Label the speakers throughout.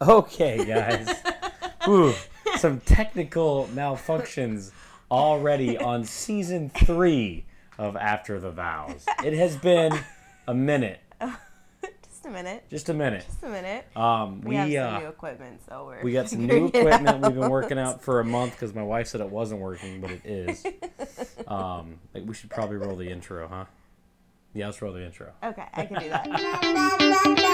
Speaker 1: Okay, guys. Ooh, some technical malfunctions already on season three of After the Vows. It has been a minute,
Speaker 2: Just a minute.
Speaker 1: just a minute.
Speaker 2: Just a minute.
Speaker 1: Um, we
Speaker 2: We, have some
Speaker 1: uh,
Speaker 2: new equipment, so we're
Speaker 1: we got some new
Speaker 2: figuring it
Speaker 1: equipment. We've been
Speaker 2: out.
Speaker 1: working out for a month because my wife said it wasn't working, but it is. Um, like, we should probably roll the intro, huh? Yeah, let's roll the intro.
Speaker 2: Okay, I can do that.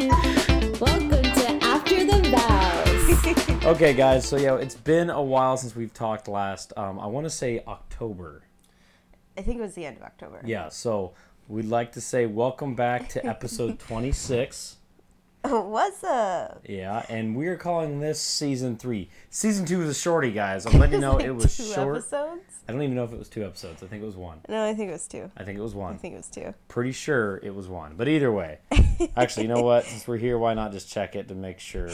Speaker 3: Welcome to After the Vows.
Speaker 1: Okay, guys. So yeah, it's been a while since we've talked last. Um, I want to say October.
Speaker 2: I think it was the end of October.
Speaker 1: Yeah, so we'd like to say welcome back to episode 26.
Speaker 2: What's up?
Speaker 1: Yeah, and we're calling this season three. Season two was a shorty, guys. I'm letting you know
Speaker 2: Like
Speaker 1: it was
Speaker 2: two
Speaker 1: short.
Speaker 2: episodes?
Speaker 1: I don't even know if it was two episodes. I think it was one.
Speaker 2: No, I think it was two.
Speaker 1: I think it was one.
Speaker 2: I think it was two.
Speaker 1: Pretty sure it was one. But either way, actually, you know what? Since we're here, why not just check it to make sure?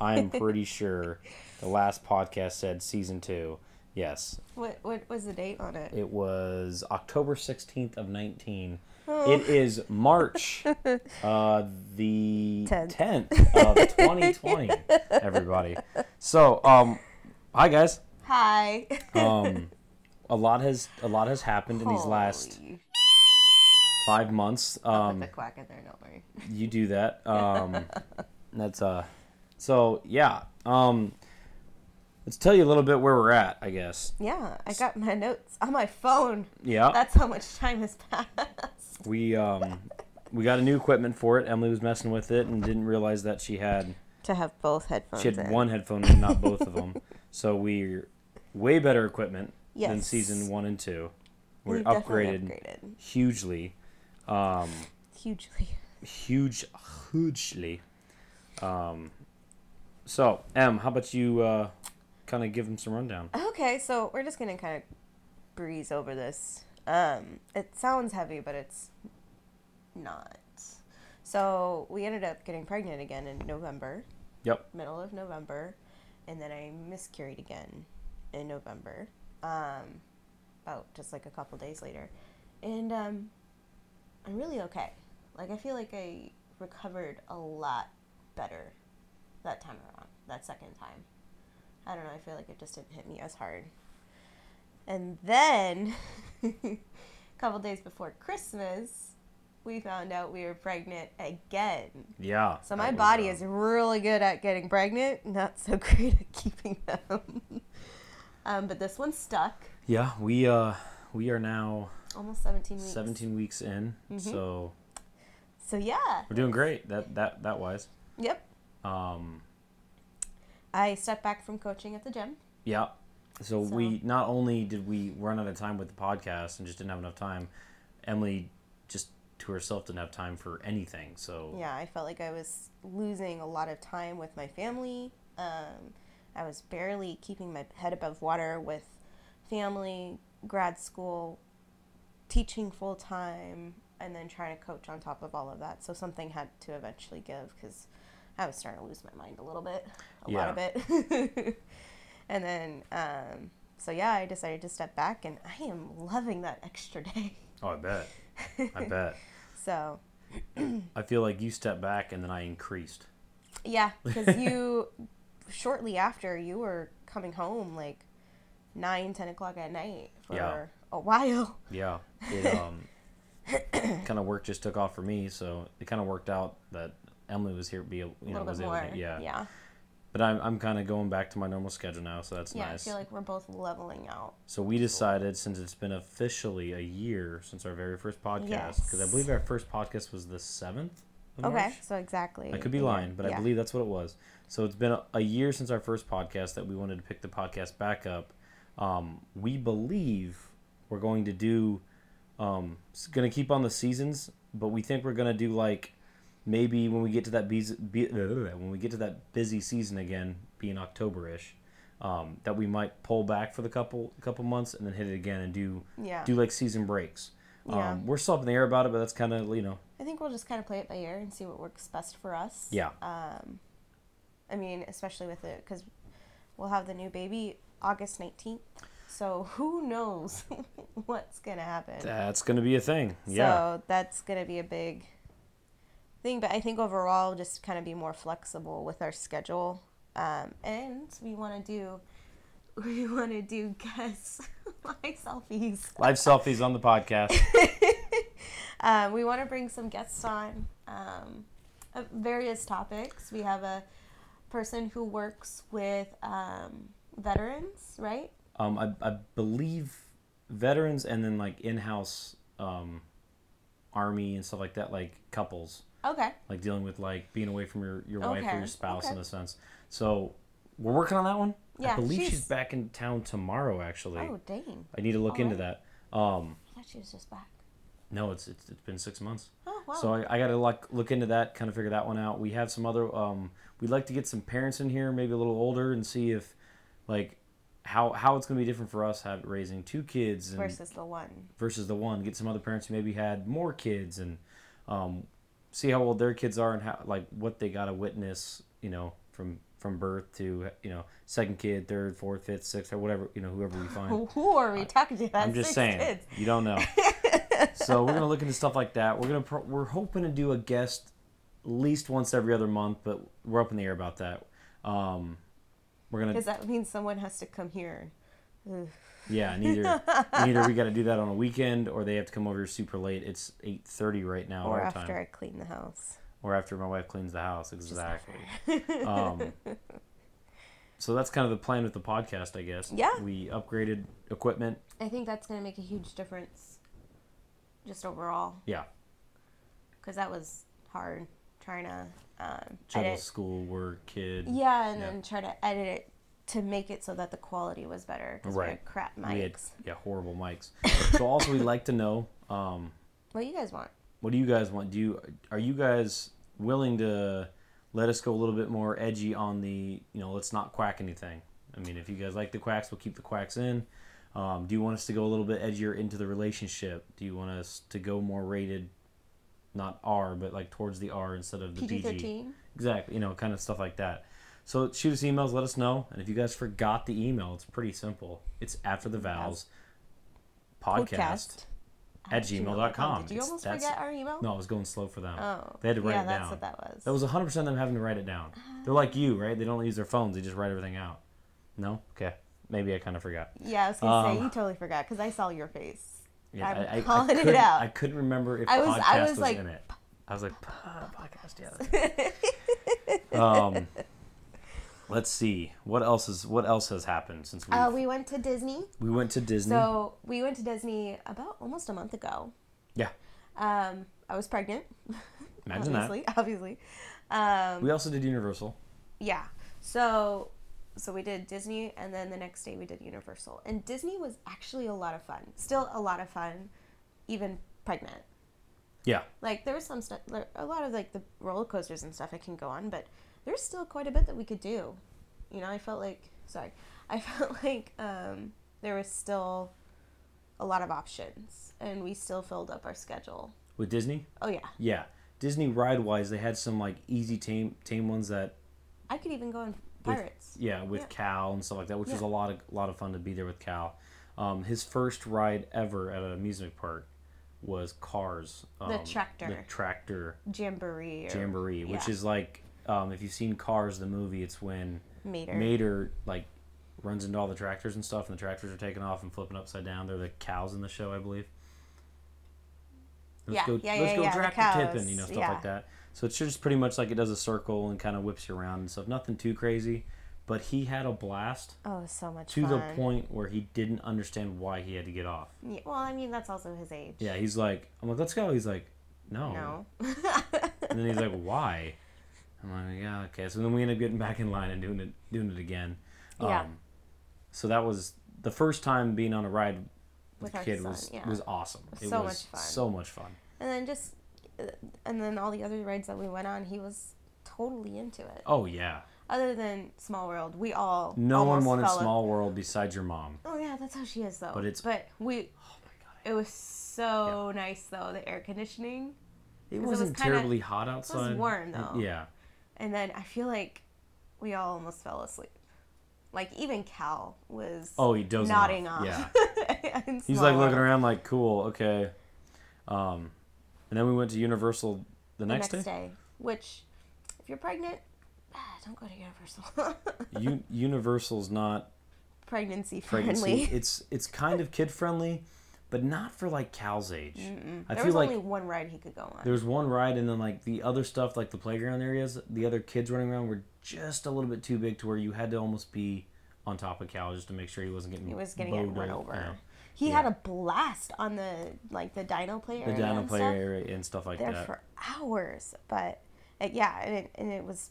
Speaker 1: I'm pretty sure the last podcast said season two. Yes,
Speaker 2: What what was the date on it?
Speaker 1: It was October 16th of 19.
Speaker 2: Oh.
Speaker 1: It is March uh, the
Speaker 2: Tenth.
Speaker 1: 10th of 2020, everybody. So, um, hi guys.
Speaker 2: Hi.
Speaker 1: Um, a lot has a lot has happened in these last
Speaker 2: Holy-
Speaker 1: five months. Um,
Speaker 2: Put the quack in there, don't worry.
Speaker 1: you do that. Um, that's uh, so yeah. Um, let's tell you a little bit where we're at, I guess.
Speaker 2: Yeah, I got my notes on my phone.
Speaker 1: Yeah.
Speaker 2: That's how much time has passed.
Speaker 1: We um we got a new equipment for it. Emily was messing with it and didn't realize that she had
Speaker 2: To have both headphones.
Speaker 1: she had
Speaker 2: in.
Speaker 1: one headphone and not both of them. So we're way better equipment than
Speaker 2: Yes.
Speaker 1: season one and two. We're
Speaker 2: We've definitely
Speaker 1: upgraded,
Speaker 2: upgraded.
Speaker 1: hugely,
Speaker 2: Hugely.
Speaker 1: huge, hugely. Um, so Em, how about you uh, kind of give them some rundown?
Speaker 2: Okay, so we're just gonna kind of breeze over this. Um, it sounds heavy, but it's not. So we ended up getting pregnant again in November,
Speaker 1: Yep.
Speaker 2: middle of November, and then I miscarried again in November. Um, about just like a couple days later, and um, I'm really okay. Like I feel like I recovered a lot better that time around, that second time. I don't know. I feel like it just didn't hit me as hard. And then, a couple days before Christmas, we found out we were pregnant again.
Speaker 1: Yeah.
Speaker 2: So my
Speaker 1: that was,
Speaker 2: body
Speaker 1: uh,
Speaker 2: is really good at getting pregnant, not so great at keeping them. um, but this one stuck.
Speaker 1: Yeah, we uh we are now
Speaker 2: Almost 17 weeks. Mm-hmm.
Speaker 1: 17 weeks in, so
Speaker 2: So yeah.
Speaker 1: we're doing great. That that that wise.
Speaker 2: Yep.
Speaker 1: Um,
Speaker 2: I stepped back from coaching at the gym.
Speaker 1: yeah. So,
Speaker 2: So-
Speaker 1: we not only did we run out of time with the podcast and just didn't have enough time, Emily just to herself didn't have time for anything. So
Speaker 2: yeah i felt like i was losing a lot of time with my family um, i was barely keeping my head above water with family grad school teaching full time and then trying to coach on top of all of that so something had to eventually give because i was starting to lose my mind a little bit a lot of it and then um, so yeah i decided to step back and i am loving that extra day
Speaker 1: oh, I bet, I bet.
Speaker 2: so
Speaker 1: I feel like you stepped back and then I increased.
Speaker 2: Yeah, because you shortly after you were coming home like nine, ten o'clock at night for
Speaker 1: Yeah.
Speaker 2: a while.
Speaker 1: Yeah, it um kind of work just took off for me. So it kind of worked out that Emily was here, be able-
Speaker 2: A
Speaker 1: you know
Speaker 2: little
Speaker 1: was
Speaker 2: bit
Speaker 1: able
Speaker 2: more.
Speaker 1: to, yeah.
Speaker 2: yeah,
Speaker 1: But I'm I'm kind of going back to my normal schedule now, so that's
Speaker 2: yeah.
Speaker 1: nice.
Speaker 2: I feel like we're both leveling out.
Speaker 1: So we decided, since it's been officially a year since our very first podcast, because I
Speaker 2: Yes.
Speaker 1: believe our first podcast was the seventh. Of
Speaker 2: Okay,
Speaker 1: March?
Speaker 2: so exactly.
Speaker 1: I could be
Speaker 2: a year.
Speaker 1: lying, but I
Speaker 2: Yeah.
Speaker 1: believe that's what it was. So it's been a, a year since our first podcast that we wanted to pick the podcast back up. Um, we believe we're going to do, um, going to keep on the seasons, but we think we're going to do like maybe when we get to that busy, be, when we get to that busy season again, being October ish, um, that we might pull back for the couple couple months and then hit it again and do
Speaker 2: Yeah.
Speaker 1: do like season breaks.
Speaker 2: Yeah.
Speaker 1: Um, we're still up in the air about it, but that's kind of you know
Speaker 2: I think we'll just kind of play it by ear and see what works best for us.
Speaker 1: yeah
Speaker 2: Um, I mean, especially with it because we'll have the new baby August nineteenth. So who knows what's gonna happen?
Speaker 1: That's going to be a thing. Yeah.
Speaker 2: So that's going to be a big thing. But I think overall, just kind of be more flexible with our schedule. Um, and we want to do, we want to do guests like selfies.
Speaker 1: Live selfies on the podcast.
Speaker 2: Um, we want to bring some guests on um, of various topics. We have a person who works with um, veterans, right?
Speaker 1: Um, I, I believe veterans and then like in house um, army and stuff like that, like couples,
Speaker 2: Okay.
Speaker 1: like dealing with like being away from your, your wife or
Speaker 2: Okay,
Speaker 1: your spouse in
Speaker 2: okay.
Speaker 1: a sense. So we're working on that one. I
Speaker 2: Yeah,
Speaker 1: believe she's...
Speaker 2: she's-
Speaker 1: back in town tomorrow, actually.
Speaker 2: Oh, dang.
Speaker 1: I need to look into that. Um,
Speaker 2: I thought she was just back.
Speaker 1: no, it's, it's it's been six months.
Speaker 2: Oh, wow.
Speaker 1: So I, I got to look look into that, kind of figure that one out. We have some other. Um, we'd like to get some parents in here, maybe a little older, and see if, like, how how it's gonna be different for us have raising two kids and versus,
Speaker 2: Versus the one.
Speaker 1: the one. Get some other parents who maybe had more kids and, um, see how old their kids are and how like what they got to witness, you know, from from birth to you know second kid, third, fourth, fifth, sixth, or whatever you know whoever we find.
Speaker 2: Who are we talking to? That's
Speaker 1: I'm just
Speaker 2: six
Speaker 1: saying.
Speaker 2: kids.
Speaker 1: You don't know. so we're gonna look into stuff like that. We're gonna pro- we're hoping to do a guest at least once every other month, but we're up in the air about that. Um, we're gonna
Speaker 2: Because that means someone has to come here.
Speaker 1: yeah. Neither neither we got to do that on a weekend, or they have to come over super late. It's eight thirty right now
Speaker 2: or
Speaker 1: our
Speaker 2: after
Speaker 1: time,
Speaker 2: I clean the house.
Speaker 1: or after my wife cleans the house. Exactly. um, so that's kind of the plan with the podcast, I guess.
Speaker 2: Yeah.
Speaker 1: We upgraded equipment.
Speaker 2: I think that's going to make a huge difference just overall.
Speaker 1: Yeah.
Speaker 2: Because that was hard trying to um,
Speaker 1: Juggle
Speaker 2: edit.
Speaker 1: school, work, kid.
Speaker 2: Yeah, and
Speaker 1: Yeah.
Speaker 2: then try to edit it to make it so that the quality was better. Because
Speaker 1: Right.
Speaker 2: we had crap
Speaker 1: We had
Speaker 2: mics.
Speaker 1: yeah horrible mics. so also we'd like to know um,
Speaker 2: What do you guys want?
Speaker 1: what do you guys want? Do you are you guys willing to let us go a little bit more edgy on the you know let's not quack anything. I mean if you guys like the quacks we'll keep the quacks in. Um, do you want us to go a little bit edgier into the relationship? Do you want us to go more rated, not R but like towards the R instead of the
Speaker 2: PG
Speaker 1: PG?
Speaker 2: thirteen.
Speaker 1: Exactly, you know, kind of stuff like that. So shoot us emails, let us know. And if you guys forgot the email, it's pretty simple. It's after the vowels podcast, at gmail.com.
Speaker 2: Did you
Speaker 1: It's-
Speaker 2: almost
Speaker 1: that's-
Speaker 2: forget our email?
Speaker 1: No, I was going slow for them.
Speaker 2: Oh.
Speaker 1: They had to write
Speaker 2: yeah,
Speaker 1: it
Speaker 2: that's
Speaker 1: down.
Speaker 2: what that was.
Speaker 1: That was 100% them having to write it down. They're like you, right? They don't use their phones, they just write everything out. No? Okay. Maybe I kind of forgot.
Speaker 2: yeah, I was gonna say
Speaker 1: um,
Speaker 2: you totally forgot because I saw your face.
Speaker 1: Yeah,
Speaker 2: I'm
Speaker 1: I- I, I,
Speaker 2: calling it
Speaker 1: couldn't,
Speaker 2: out.
Speaker 1: I couldn't remember if
Speaker 2: I was- I
Speaker 1: podcast
Speaker 2: was
Speaker 1: was,
Speaker 2: like,
Speaker 1: in it. I was like, "P- podcast, yeah. that's right." um, let's see what else is what else has happened since we
Speaker 2: Uh, we went to Disney.
Speaker 1: we went to Disney.
Speaker 2: So we went to Disney about almost a month ago.
Speaker 1: yeah,
Speaker 2: Um, I was pregnant.
Speaker 1: Imagine that.
Speaker 2: obviously, obviously. Um,
Speaker 1: we also did Universal.
Speaker 2: yeah. So, so we did Disney, and then the next day we did Universal. And Disney was actually a lot of fun. Still a lot of fun, even pregnant.
Speaker 1: Yeah,
Speaker 2: Like there was some stuff, like, a lot of like the roller coasters and stuff I can go on, but there's still quite a bit that we could do. You know, I felt like sorry, I felt like um, there was still a lot of options, and we still filled up our schedule.
Speaker 1: with Disney.
Speaker 2: Oh yeah,
Speaker 1: Yeah, Disney ride wise, they had some like easy tame tame ones that
Speaker 2: I could even go on
Speaker 1: with-
Speaker 2: pirates.
Speaker 1: yeah, with
Speaker 2: Yeah.
Speaker 1: Cal and stuff like that, which was a
Speaker 2: Yeah.
Speaker 1: lot of lot of fun to be there with Cal. Um, his first ride ever at an amusement park was Cars. Um, The
Speaker 2: tractor.
Speaker 1: tractor.
Speaker 2: Jamboree. Or,
Speaker 1: Jamboree, which
Speaker 2: yeah.
Speaker 1: is like um, if you've seen Cars the movie, it's when
Speaker 2: Mater.
Speaker 1: Mater like runs into all the tractors and stuff, and the tractors are taken off and flipping upside down. They're the cows in the show, I believe. Let's
Speaker 2: Yeah,
Speaker 1: go,
Speaker 2: yeah,
Speaker 1: let's
Speaker 2: yeah,
Speaker 1: go
Speaker 2: yeah, the
Speaker 1: tractor tipping,
Speaker 2: cows,
Speaker 1: you know, stuff
Speaker 2: yeah.
Speaker 1: like that. So it's just pretty much like it does a circle and kind of whips you around and stuff. Nothing too crazy, but he had a blast
Speaker 2: Oh, so much
Speaker 1: to
Speaker 2: fun.
Speaker 1: the point where he didn't understand why he had to get off.
Speaker 2: Yeah, well, I mean that's also his age.
Speaker 1: Yeah, oh. he's like, I'm like, let's go. He's like,
Speaker 2: No.
Speaker 1: And then he's like, "Why?" I'm like, "Yeah, okay." So then we end up getting back in line and doing it, doing it again. Um,
Speaker 2: Yeah.
Speaker 1: so that was the first time being on a ride with,
Speaker 2: With
Speaker 1: a
Speaker 2: our
Speaker 1: kid
Speaker 2: son,
Speaker 1: was
Speaker 2: yeah.
Speaker 1: was awesome. It
Speaker 2: So
Speaker 1: was
Speaker 2: much fun.
Speaker 1: So much fun.
Speaker 2: And then just, uh, and then all the other rides that we went on, he was totally into it.
Speaker 1: Oh yeah.
Speaker 2: Other than Small World, we all
Speaker 1: No one
Speaker 2: almost
Speaker 1: wanted
Speaker 2: fell in-
Speaker 1: Small World besides your mom.
Speaker 2: Oh yeah, that's how she is though.
Speaker 1: But it's-
Speaker 2: but we.
Speaker 1: Oh my god.
Speaker 2: It was so nice though the air conditioning,
Speaker 1: It
Speaker 2: was
Speaker 1: wasn't
Speaker 2: kinda-
Speaker 1: terribly hot outside.
Speaker 2: warm, though.
Speaker 1: Yeah.
Speaker 2: and then I feel like we all almost fell asleep. Like even Cal was
Speaker 1: Oh, he dozing off.
Speaker 2: nodding off.
Speaker 1: Yeah.
Speaker 2: And
Speaker 1: He's like looking
Speaker 2: smiling.
Speaker 1: around, like, cool, okay. Um, and then we went to Universal the
Speaker 2: the
Speaker 1: next,
Speaker 2: next
Speaker 1: day.
Speaker 2: day. Which, if you're pregnant, ah, don't go to Universal.
Speaker 1: U- Universal's not
Speaker 2: Pregnancy friendly.
Speaker 1: pregnancy. it's it's kind of kid friendly, but not for like Cal's age. I
Speaker 2: there
Speaker 1: feel
Speaker 2: was
Speaker 1: like
Speaker 2: only one ride he could go on.
Speaker 1: there was one ride, and then like the other stuff, like the playground areas, the other kids running around were just a little bit too big to where you had to almost be on top of Cal just to make sure he wasn't getting
Speaker 2: He was getting
Speaker 1: bowed
Speaker 2: run
Speaker 1: o-
Speaker 2: over.
Speaker 1: you know,
Speaker 2: He
Speaker 1: Yeah.
Speaker 2: had a blast on the like the Dino player.
Speaker 1: the down
Speaker 2: and
Speaker 1: player
Speaker 2: stuff.
Speaker 1: area and stuff like
Speaker 2: there
Speaker 1: that.
Speaker 2: for hours. But uh, yeah, and it, and it was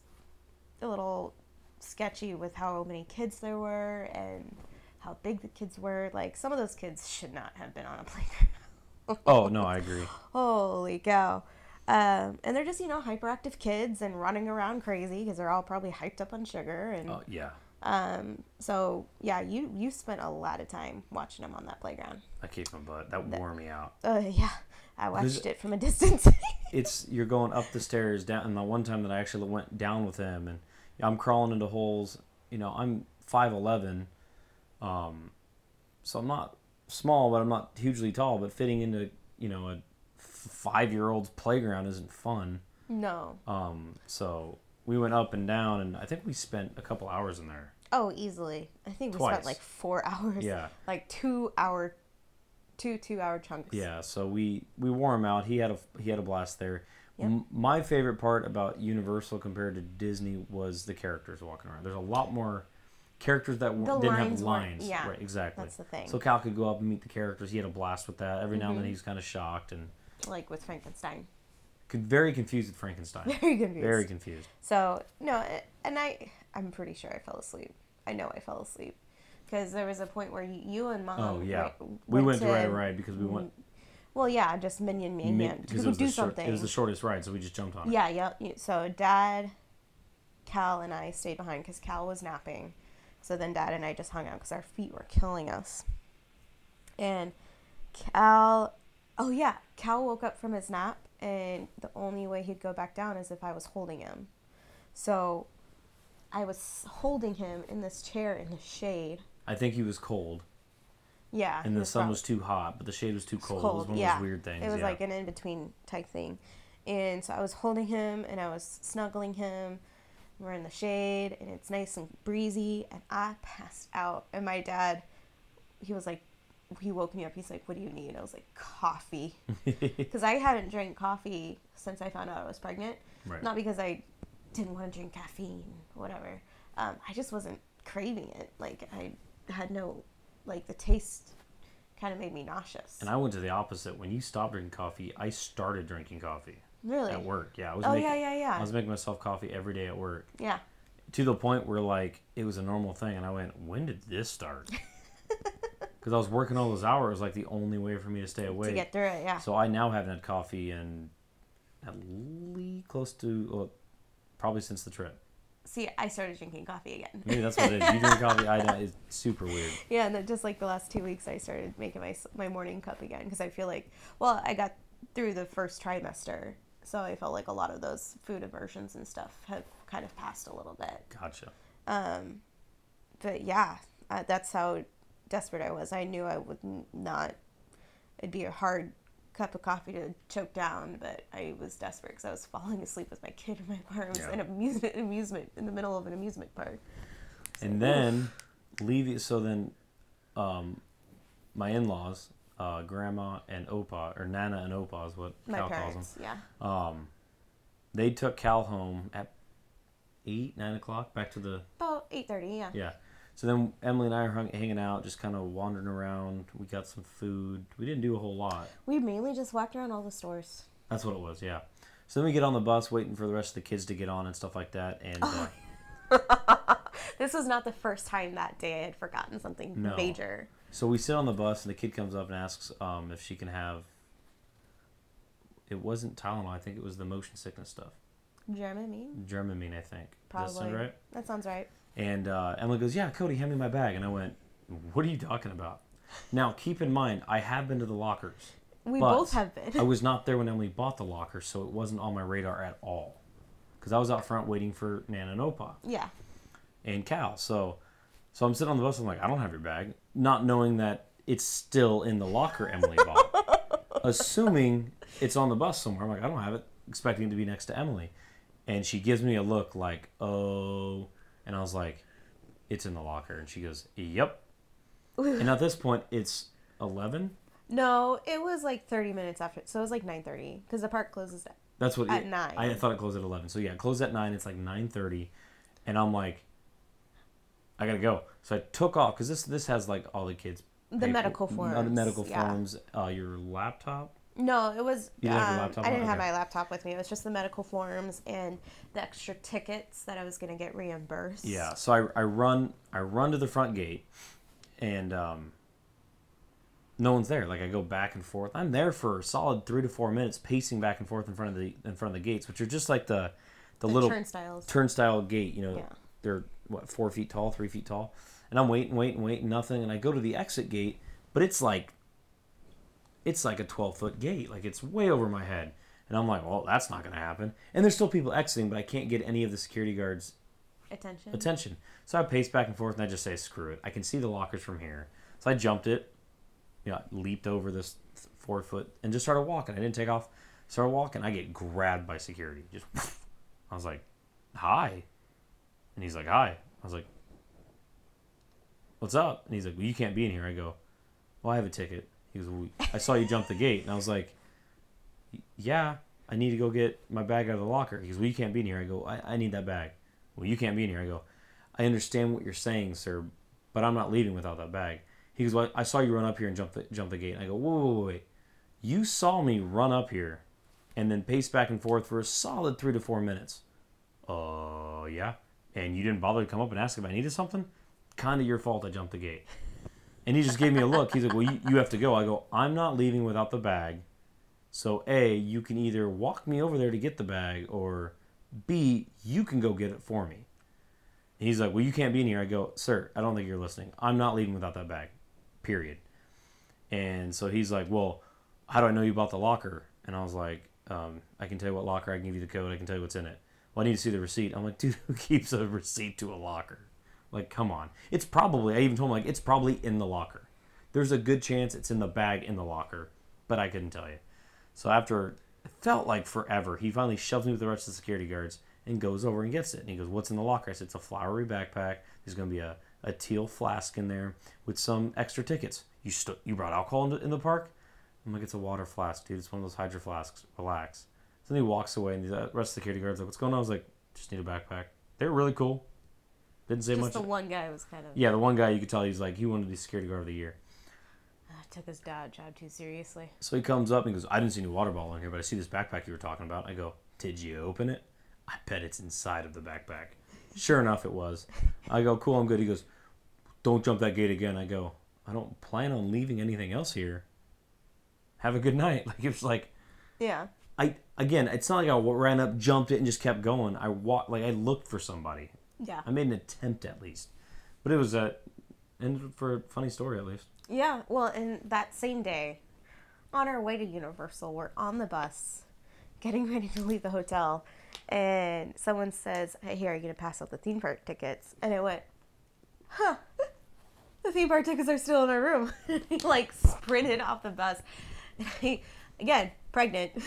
Speaker 2: a little sketchy with how many kids there were and how big the kids were. Like some of those kids should not have been on a playground.
Speaker 1: oh no, I agree.
Speaker 2: Holy cow. Um, and they're just, you know, hyperactive kids and running around crazy because they're all probably hyped up on sugar. And
Speaker 1: Oh yeah,
Speaker 2: um, so, yeah, you, you spent a lot of time watching them on that playground.
Speaker 1: I kicked my butt. That wore me out.
Speaker 2: Uh, yeah, I
Speaker 1: There's-
Speaker 2: watched it from a distance.
Speaker 1: it's you're going up the stairs down and the one time that i actually went down with him and i'm crawling into holes you know i'm 511 um so i'm not small but i'm not hugely tall but fitting into you know a five year old's playground isn't fun
Speaker 2: no.
Speaker 1: um so we went up and down and i think we spent a couple hours in there
Speaker 2: Oh, easily. I think we
Speaker 1: Twice.
Speaker 2: spent like four hours.
Speaker 1: Yeah.
Speaker 2: Like two hour, two two hour chunks.
Speaker 1: Yeah, so we we wore him out. He had a he had a blast there. M- my favorite part about Universal compared to Disney was the characters walking around. There's a lot more characters that w-
Speaker 2: The
Speaker 1: didn't have
Speaker 2: lines weren't-
Speaker 1: lines.
Speaker 2: yeah,
Speaker 1: right, exactly.
Speaker 2: that's the thing. Mm-hmm.
Speaker 1: So Cal could go up and meet the characters. He had a blast with that. Every now and then he was kind of shocked and
Speaker 2: Like with Frankenstein.
Speaker 1: could, very confused with Frankenstein.
Speaker 2: Very confused.
Speaker 1: very confused.
Speaker 2: So no, and I I'm pretty sure I fell asleep. I know I fell asleep because there was a point where you, you and mom.
Speaker 1: Oh yeah,
Speaker 2: Um, right-
Speaker 1: we went to ride a ride because we went
Speaker 2: Well, Mm-hmm. yeah, just minion me
Speaker 1: mi-
Speaker 2: again.
Speaker 1: because it
Speaker 2: we
Speaker 1: was,
Speaker 2: do
Speaker 1: the short,
Speaker 2: something.
Speaker 1: it was the shortest ride, so we just jumped on it.
Speaker 2: yeah, yeah. you- So dad, Cal, and I stayed behind because Cal was napping. So then dad and I just hung out because our feet were killing us. And Cal, oh yeah, Cal woke up from his nap, and the only way he'd go back down is if I was holding him. So I was holding him in this chair in the shade.
Speaker 1: I think he was cold
Speaker 2: Yeah.
Speaker 1: and
Speaker 2: he
Speaker 1: the sun
Speaker 2: prob-
Speaker 1: was too hot, but the shade was too cold. It was one
Speaker 2: yeah.
Speaker 1: of those weird things.
Speaker 2: It was
Speaker 1: yeah.
Speaker 2: like an in between type thing. And so I was holding him and I was snuggling him. We're in the shade and it's nice and breezy. And I passed out. And my dad, he was like, he woke me up. He's like, What do you need? I was like, Coffee. Because I hadn't drank coffee since I found out I was pregnant.
Speaker 1: Right.
Speaker 2: Not because I didn't want to drink caffeine, whatever. Um, I just wasn't craving it. Like, I had no, like, the taste kind of made me nauseous.
Speaker 1: And I went to the opposite. When you stopped drinking coffee, I started drinking coffee
Speaker 2: Really?
Speaker 1: at work. Yeah, I was
Speaker 2: Oh,
Speaker 1: making,
Speaker 2: yeah, yeah, yeah.
Speaker 1: I was making myself coffee every day at work
Speaker 2: Yeah.
Speaker 1: to the point where like it was a normal thing, and I went, "When did this start?" Because I was working all those hours, like the only way for me to stay awake.
Speaker 2: To get through it, yeah.
Speaker 1: so I now haven't had coffee in at least close to well, probably since the trip.
Speaker 2: See, I started drinking coffee again.
Speaker 1: Maybe that's what it is. You drink coffee, I don't. It's super weird.
Speaker 2: yeah, and then just like the last two weeks, I started making my my morning cup again because I feel like, well, I got through the first trimester, so I felt like a lot of those food aversions and stuff have kind of passed a little bit.
Speaker 1: Gotcha.
Speaker 2: But yeah, uh, that's how desperate I was. I knew I would n- not. It'd be a hard cup of coffee to choke down, but I was desperate because I was falling asleep with my kid in my arms
Speaker 1: Yeah.
Speaker 2: in amusement amusement in the middle of an amusement park.
Speaker 1: and then leave so then um my in-laws uh grandma and opa or nana and opa is what
Speaker 2: My
Speaker 1: cal calls
Speaker 2: parents,
Speaker 1: them
Speaker 2: yeah.
Speaker 1: they took cal home at eight nine o'clock back to the
Speaker 2: About eight thirty, yeah.
Speaker 1: yeah so then emily and i are hung, hanging out just kind of wandering around we got some food we didn't do a whole lot
Speaker 2: We mainly just walked around all the stores.
Speaker 1: that's what it was yeah so then we get on the bus waiting for the rest of the kids to get on and stuff like that and
Speaker 2: Oh,
Speaker 1: uh,
Speaker 2: This was not the first time that day I had forgotten something
Speaker 1: No.
Speaker 2: major.
Speaker 1: So we sit on the bus, and the kid comes up and asks um, if she can have. It wasn't Tylenol. I think it was the motion sickness stuff.
Speaker 2: Dramamine,
Speaker 1: Dramamine, I think.
Speaker 2: probably.
Speaker 1: Does that sound right?
Speaker 2: That sounds right.
Speaker 1: And uh, Emily goes, "Yeah, Cody, hand me my bag." And I went, "What are you talking about?" Now, keep in mind, I have been to the lockers.
Speaker 2: We
Speaker 1: but
Speaker 2: both have been.
Speaker 1: I was not there when Emily bought the locker, so it wasn't on my radar at all. Because I was out front waiting for Nana and Opa
Speaker 2: yeah.
Speaker 1: and Cal. So So I'm sitting on the bus. I'm like, I don't have your bag, not knowing that it's still in the locker Emily bought, assuming it's on the bus somewhere. I'm like, I don't have it, expecting it to be next to Emily, and she gives me a look like, oh, and I was like, it's in the locker, and she goes, yep. and at this point, it's eleven.
Speaker 2: No, it was like 30 minutes after. So it was like 9:30 because the park closes at
Speaker 1: That's what
Speaker 2: At
Speaker 1: it-
Speaker 2: nine.
Speaker 1: I thought it closed at eleven. So yeah, it closed at nine. It's like nine thirty, and I'm like, I gotta go. So I took off because this this has like all the kids.
Speaker 2: The medical
Speaker 1: Uh, the
Speaker 2: forms,
Speaker 1: medical
Speaker 2: yeah.
Speaker 1: forms. Uh, your laptop.
Speaker 2: No, it was.
Speaker 1: You didn't have your
Speaker 2: um,
Speaker 1: laptop
Speaker 2: I
Speaker 1: on?
Speaker 2: didn't have
Speaker 1: Okay.
Speaker 2: my laptop with me. It was just the medical forms and the extra tickets that I was gonna get reimbursed.
Speaker 1: Yeah. So I, I run I run to the front gate, and um, no one's there. Like I go back and forth. I'm there for a solid three to four minutes, pacing back and forth in front of the in front of the gates, which are just like the the,
Speaker 2: The
Speaker 1: little
Speaker 2: turnstiles.
Speaker 1: turnstile gate. You know,
Speaker 2: Yeah.
Speaker 1: they're what four feet tall, three feet tall, and I'm waiting, waiting, waiting, nothing. And I go to the exit gate, but it's like it's like a 12 foot gate. Like it's way over my head. And I'm like, well, that's not going to happen. And there's still people exiting, but I can't get any of the security guards
Speaker 2: Attention.
Speaker 1: attention. So I pace back and forth and I just say, screw it. I can see the lockers from here. So I jumped it, you know, leaped over this th- four foot and just started walking. I didn't take off, started walking. I get grabbed by security. Just, I was like, hi. And he's like, hi. I was like, what's up? And he's like, well, you can't be in here. I go, well, I have a ticket. He goes, well, I saw you jump the gate. And I was like, yeah, I need to go get my bag out of the locker. He goes, well, you can't be in here. I go, I, I need that bag. Well, you can't be in here. I go, I understand what you're saying, sir, but I'm not leaving without that bag. He goes, well, I saw you run up here and jump the, jump the gate. And I go, whoa, whoa, whoa, wait. You saw me run up here and then pace back and forth for a solid three to four minutes. Oh, yeah. And you didn't bother to come up and ask if I needed something? Kind of your fault I jumped the gate. And he just gave me a look. He's like, well, you, you have to go. I go, I'm not leaving without the bag. So A, you can either walk me over there to get the bag, or B, you can go get it for me. And he's like, Well, you can't be in here. I go, Sir, I don't think you're listening. I'm not leaving without that bag. Period. And so he's like, Well, how do I know you bought the locker? And I was like, um, I can tell you what locker, I can give you the code, I can tell you what's in it. Well, I need to see the receipt. I'm like, dude, who keeps a receipt to a locker? Like, come on. It's probably I even told him like it's probably in the locker. There's a good chance it's in the bag in the locker, but I couldn't tell you. So after it felt like forever, he finally shoves me with the rest of the security guards and goes over and gets it. And he goes, "What's in the locker?" I said, "It's a flowery backpack. There's going to be a, a teal flask in there with some extra tickets. You st- you brought alcohol in the, in the park?" I'm like, "It's a water flask, dude. It's one of those hydro flasks. Relax." So then he walks away, and the rest of the security guards are like, "What's going on?" I was like, "Just need a backpack." They're really cool. Didn't say
Speaker 2: Just
Speaker 1: much.
Speaker 2: the one guy was kind of
Speaker 1: yeah, the one guy you could tell he's like he wanted to be security guard of the year.
Speaker 2: "Ah, took his dad job too seriously.
Speaker 1: So he comes up and goes, I didn't see any water bottle in here, but I see this backpack you were talking about. I go, Did you open it? I bet it's inside of the backpack. Sure enough, it was. I go, Cool, I'm good. He goes, Don't jump that gate again. I go, I don't plan on leaving anything else here. Have a good night. Like, it was like,
Speaker 2: Yeah.
Speaker 1: I, again, it's not like I ran up, jumped it, and just kept going. I walked, like, I looked for somebody.
Speaker 2: Yeah.
Speaker 1: I made an attempt at least. But it was a, ended for a funny story at least.
Speaker 2: Yeah, well, and that same day, on our way to Universal, we're on the bus, getting ready to leave the hotel, and someone says, "Hey, here, are you gonna pass out the theme park tickets?" And I went, "Huh, the theme park tickets are still in our room." he like sprinted off the bus, and I, again, pregnant.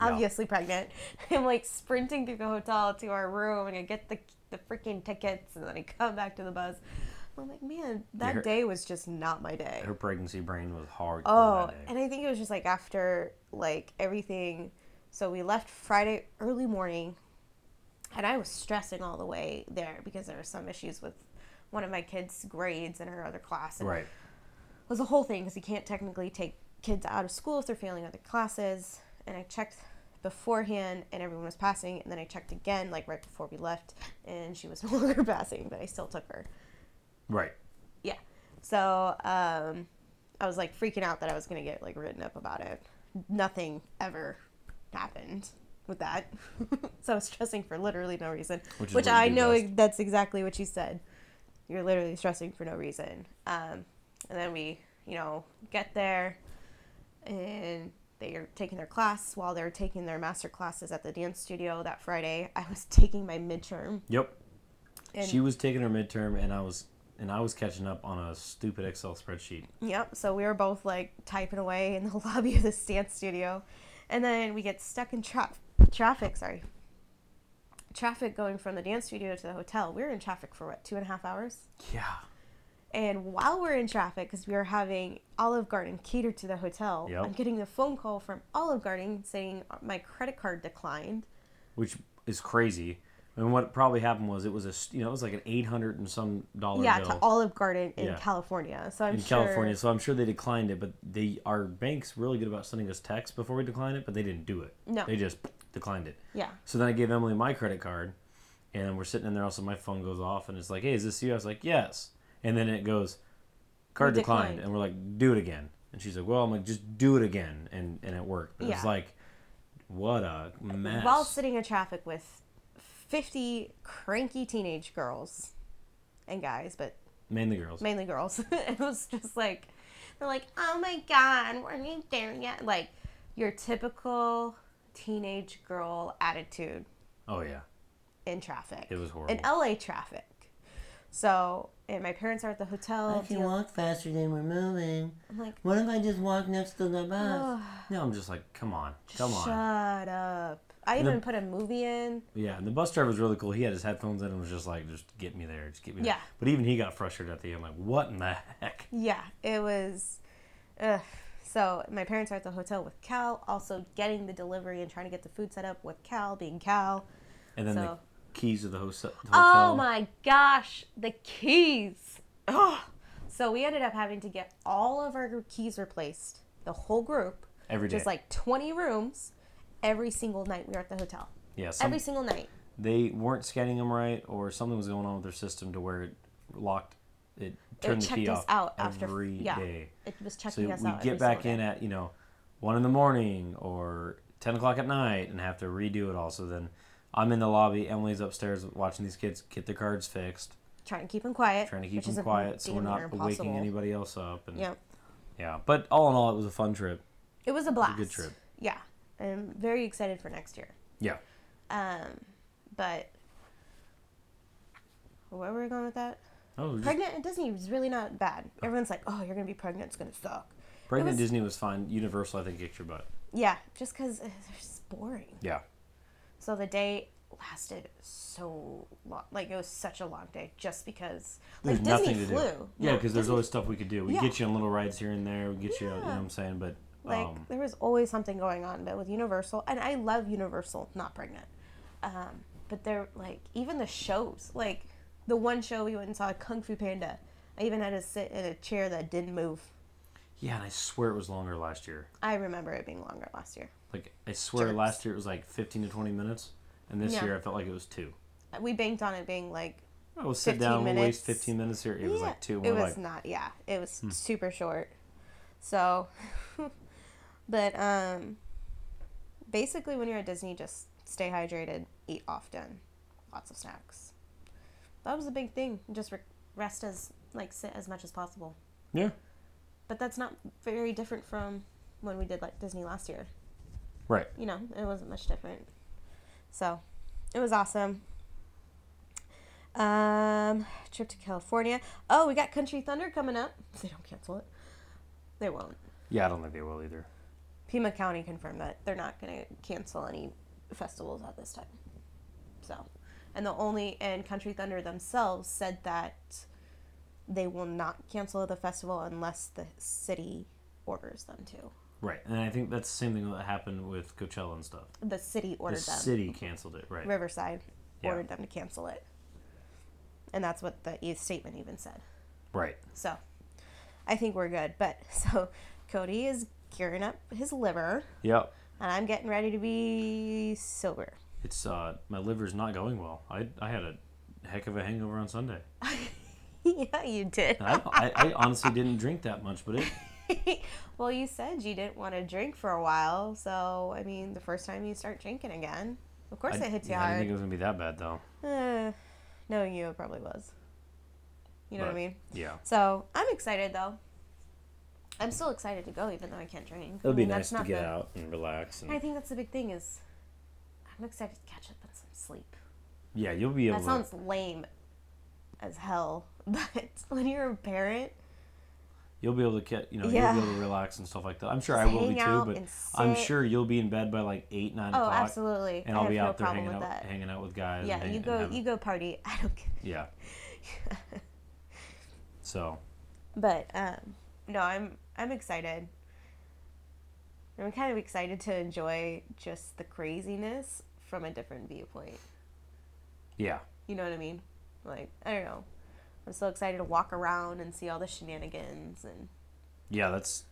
Speaker 2: Obviously pregnant. I'm like sprinting through the hotel to our room and I get the, the freaking tickets and then I come back to the bus. I'm like, man, that
Speaker 1: You're-
Speaker 2: day was just not my day.
Speaker 1: Her pregnancy brain was hard.
Speaker 2: Oh,
Speaker 1: that day.
Speaker 2: and I think it was just like after like everything. So we left Friday early morning, and I was stressing all the way there because there were some issues with one of my kids' grades in her other class. And
Speaker 1: right.
Speaker 2: It was a whole thing because you can't technically take kids out of school if they're failing other classes. And I checked beforehand, and everyone was passing. And then I checked again, like right before we left, and she was no longer passing, but I still took her.
Speaker 1: Right.
Speaker 2: Yeah. So um, I was like freaking out that I was gonna get like written up about it. Nothing ever happened with that. so I was stressing for literally no reason,
Speaker 1: Which
Speaker 2: which,
Speaker 1: is what you
Speaker 2: I
Speaker 1: do
Speaker 2: know
Speaker 1: best.
Speaker 2: that's exactly what you said. You're literally stressing for no reason. Um, and then we, you know, get there, and they are taking their class while they're taking their master classes at the dance studio that Friday. I was taking my midterm.
Speaker 1: Yep.
Speaker 2: And
Speaker 1: she was taking her midterm, and I was and I was catching up on a stupid Excel spreadsheet.
Speaker 2: Yep. So we were both like typing away in the lobby of the dance studio, and then we get stuck in tra- traffic. Sorry. Traffic going from the dance studio to the hotel. We were in traffic for what two and a half hours.
Speaker 1: Yeah.
Speaker 2: And while we're in traffic, because we were having Olive Garden catered to the hotel,
Speaker 1: Yep.
Speaker 2: I'm getting the phone call from Olive Garden saying uh, my credit card declined.
Speaker 1: Which is crazy. And what probably happened was it was a s- you know it was like an eight hundred and some dollar
Speaker 2: yeah,
Speaker 1: bill
Speaker 2: to Olive Garden in
Speaker 1: Oh, Yeah.
Speaker 2: California. So I'm
Speaker 1: in
Speaker 2: sure.
Speaker 1: California, so I'm sure they declined it. But they our bank's really good about sending us texts before we decline it, but they didn't do it.
Speaker 2: No.
Speaker 1: they just declined it.
Speaker 2: Yeah.
Speaker 1: So then I gave Emily my credit card, and we're sitting in there. Also, my phone goes off, and it's like, "Hey, is this you?" I was like, "Yes." And then it goes, "Card
Speaker 2: You
Speaker 1: declined,",
Speaker 2: declined.
Speaker 1: and we're like, "Do it again." And she's like, "Well," I'm like, "Just do it again," and and it worked. But It was
Speaker 2: Yeah.
Speaker 1: like, what a mess.
Speaker 2: While sitting in traffic with 50 cranky teenage girls and guys, but
Speaker 1: Mainly girls.
Speaker 2: mainly girls. it was just like, they're like, oh my God, we're not there yet. Like your typical teenage girl attitude
Speaker 1: oh yeah,
Speaker 2: in traffic.
Speaker 1: it was
Speaker 2: in
Speaker 1: horrible.
Speaker 2: LA traffic. So, and my parents are at the hotel.
Speaker 4: If you
Speaker 2: deal-
Speaker 4: walk faster than we're moving,
Speaker 2: I'm like,
Speaker 4: what if I just walk next to the bus?
Speaker 1: no, I'm just like, come on, come on.
Speaker 2: shut up. I even put a movie in.
Speaker 1: Yeah, and the bus driver was really cool. He had his headphones in and was just like, just get me there, just get me there.
Speaker 2: Yeah.
Speaker 1: But even he got frustrated at the end, like, what in the heck?
Speaker 2: Yeah, it was. Ugh. So my parents are at the hotel with Cal, also getting the delivery and trying to get the food set up with Cal being Cal.
Speaker 1: And then
Speaker 2: So-
Speaker 1: the keys to the hos- hotel.
Speaker 2: Oh my gosh, the keys. Ugh. So we ended up having to get all of our keys replaced, the whole group.
Speaker 1: Every
Speaker 2: Just
Speaker 1: day.
Speaker 2: like 20 rooms every single night we were at the hotel.
Speaker 1: Yeah, some,
Speaker 2: every single night.
Speaker 1: they weren't scanning them right, or something was going on with their system to where it locked, it turned the
Speaker 2: checked
Speaker 1: key
Speaker 2: us
Speaker 1: off
Speaker 2: out after-
Speaker 1: every
Speaker 2: yeah.
Speaker 1: day.
Speaker 2: It was
Speaker 1: So
Speaker 2: checking
Speaker 1: we
Speaker 2: us out.
Speaker 1: get
Speaker 2: every
Speaker 1: back
Speaker 2: single
Speaker 1: in
Speaker 2: day.
Speaker 1: at you know one in the morning or ten o'clock at night and have to redo it all. So then I'm in the lobby, Emily's upstairs watching these kids get their cards fixed,
Speaker 2: trying to keep them quiet.
Speaker 1: trying to keep
Speaker 2: which
Speaker 1: them
Speaker 2: is
Speaker 1: quiet so we're
Speaker 2: damn near
Speaker 1: not waking
Speaker 2: impossible.
Speaker 1: anybody else up. And
Speaker 2: Yeah.
Speaker 1: Yeah, but all in all, it was a fun trip.
Speaker 2: It was a blast.
Speaker 1: good trip.
Speaker 2: Yeah. I'm very excited for next year.
Speaker 1: Yeah.
Speaker 2: Um, but where were we going with that?
Speaker 1: Oh, just,
Speaker 2: Pregnant at Disney was really not bad. Everyone's like, "Oh, you're gonna be pregnant. It's gonna suck."
Speaker 1: pregnant
Speaker 2: was-
Speaker 1: Disney was fine. Universal, I think, kicked your butt.
Speaker 2: Yeah, just because they're just boring.
Speaker 1: Yeah.
Speaker 2: So the day lasted so long. Like it was such a long day, just because like Disney flew.
Speaker 1: Yeah, because there's
Speaker 2: Disney-
Speaker 1: always stuff we could do. We
Speaker 2: Yeah.
Speaker 1: get you on little rides here and there. We get you, you know what
Speaker 2: Yeah.
Speaker 1: I'm saying? But
Speaker 2: like
Speaker 1: um,
Speaker 2: there was always something going on but with universal and i love universal not pregnant um, but they're like even the shows like the one show we went and saw kung fu panda i even had to sit in a chair that didn't move
Speaker 1: yeah, and I swear it was longer last year.
Speaker 2: i remember it being longer last year
Speaker 1: Like I swear,
Speaker 2: Jerks.
Speaker 1: last year it was like 15 to 20 minutes, and this
Speaker 2: Yeah.
Speaker 1: year I felt like it was two.
Speaker 2: we banked on it being like
Speaker 1: Oh, we'll sit
Speaker 2: 15
Speaker 1: down. We'll waste
Speaker 2: minutes.
Speaker 1: 15 minutes here. It was
Speaker 2: yeah,
Speaker 1: like two. and
Speaker 2: it
Speaker 1: We're
Speaker 2: was
Speaker 1: like, Hmm.
Speaker 2: not yeah it was super short so but um basically when you're at disney just stay hydrated eat often lots of snacks that was a big thing just re- rest as like sit as much as possible
Speaker 1: yeah,
Speaker 2: but that's not very different from when we did like disney last year
Speaker 1: right.
Speaker 2: you know, it wasn't much different. So, it was awesome. Um, trip to California. Oh, we got Country Thunder coming up. If They don't cancel it. They won't.
Speaker 1: Yeah, I don't think they will either.
Speaker 2: Pima County confirmed that they're not going to cancel any festivals at this time. So, and the only and Country Thunder themselves said that they will not cancel the festival unless the city orders them to.
Speaker 1: Right, and I think that's the same thing that happened with Coachella and stuff.
Speaker 2: The city
Speaker 1: The
Speaker 2: ordered them.
Speaker 1: city canceled it. Right.
Speaker 2: Riverside
Speaker 1: Yeah.
Speaker 2: ordered them to cancel it. And that's what the e- statement even said.
Speaker 1: Right.
Speaker 2: So I think we're good. But so Cody is gearing up his liver,
Speaker 1: Yep.
Speaker 2: and I'm getting ready to be sober.
Speaker 1: It's uh, my liver's not going well. I I had a heck of a hangover on Sunday.
Speaker 2: yeah, you did.
Speaker 1: And I, I, I honestly didn't drink that much, but it
Speaker 2: well, you said you didn't want to drink for a while. So, I mean, the first time you start drinking again, of course
Speaker 1: I,
Speaker 2: it hits you
Speaker 1: yeah, I didn't think it
Speaker 2: hard.
Speaker 1: was gonna be that bad though.
Speaker 2: Uh, knowing you, it probably was. You know what
Speaker 1: But,
Speaker 2: I mean?
Speaker 1: Yeah.
Speaker 2: So I'm excited though. I'm still excited to go, even though I can't drink.
Speaker 1: It'll be
Speaker 2: I mean,
Speaker 1: nice
Speaker 2: Mm, that's
Speaker 1: to
Speaker 2: not
Speaker 1: get
Speaker 2: the-
Speaker 1: out and relax.
Speaker 2: I
Speaker 1: And,
Speaker 2: think that's the big thing is, I'm excited to catch up on some sleep.
Speaker 1: yeah, you'll be able.
Speaker 2: That sounds lame, as hell. But when you're a parent,
Speaker 1: You'll be able to get, you know,
Speaker 2: Yeah.
Speaker 1: you'll be able to relax and stuff like that. I'm sure
Speaker 2: Just
Speaker 1: I will be
Speaker 2: hang
Speaker 1: too,
Speaker 2: out
Speaker 1: but
Speaker 2: and
Speaker 1: I'm
Speaker 2: sit.
Speaker 1: sure you'll be in bed by like eight, nine
Speaker 2: oh,
Speaker 1: o'clock,
Speaker 2: absolutely,
Speaker 1: and
Speaker 2: I
Speaker 1: I'll
Speaker 2: have
Speaker 1: be
Speaker 2: no
Speaker 1: out there
Speaker 2: problem
Speaker 1: hanging
Speaker 2: with
Speaker 1: out,
Speaker 2: that.
Speaker 1: hanging out with guys.
Speaker 2: Yeah,
Speaker 1: and
Speaker 2: you
Speaker 1: hang-
Speaker 2: go,
Speaker 1: and
Speaker 2: you
Speaker 1: having-
Speaker 2: go party. I don't give
Speaker 1: Yeah. So
Speaker 2: But um, no, I'm I'm excited. I'm kind of excited to enjoy just the craziness from a different viewpoint.
Speaker 1: yeah,
Speaker 2: You know what I mean? Like I don't know. I'm so excited to walk around and see all the shenanigans, and
Speaker 1: yeah, that's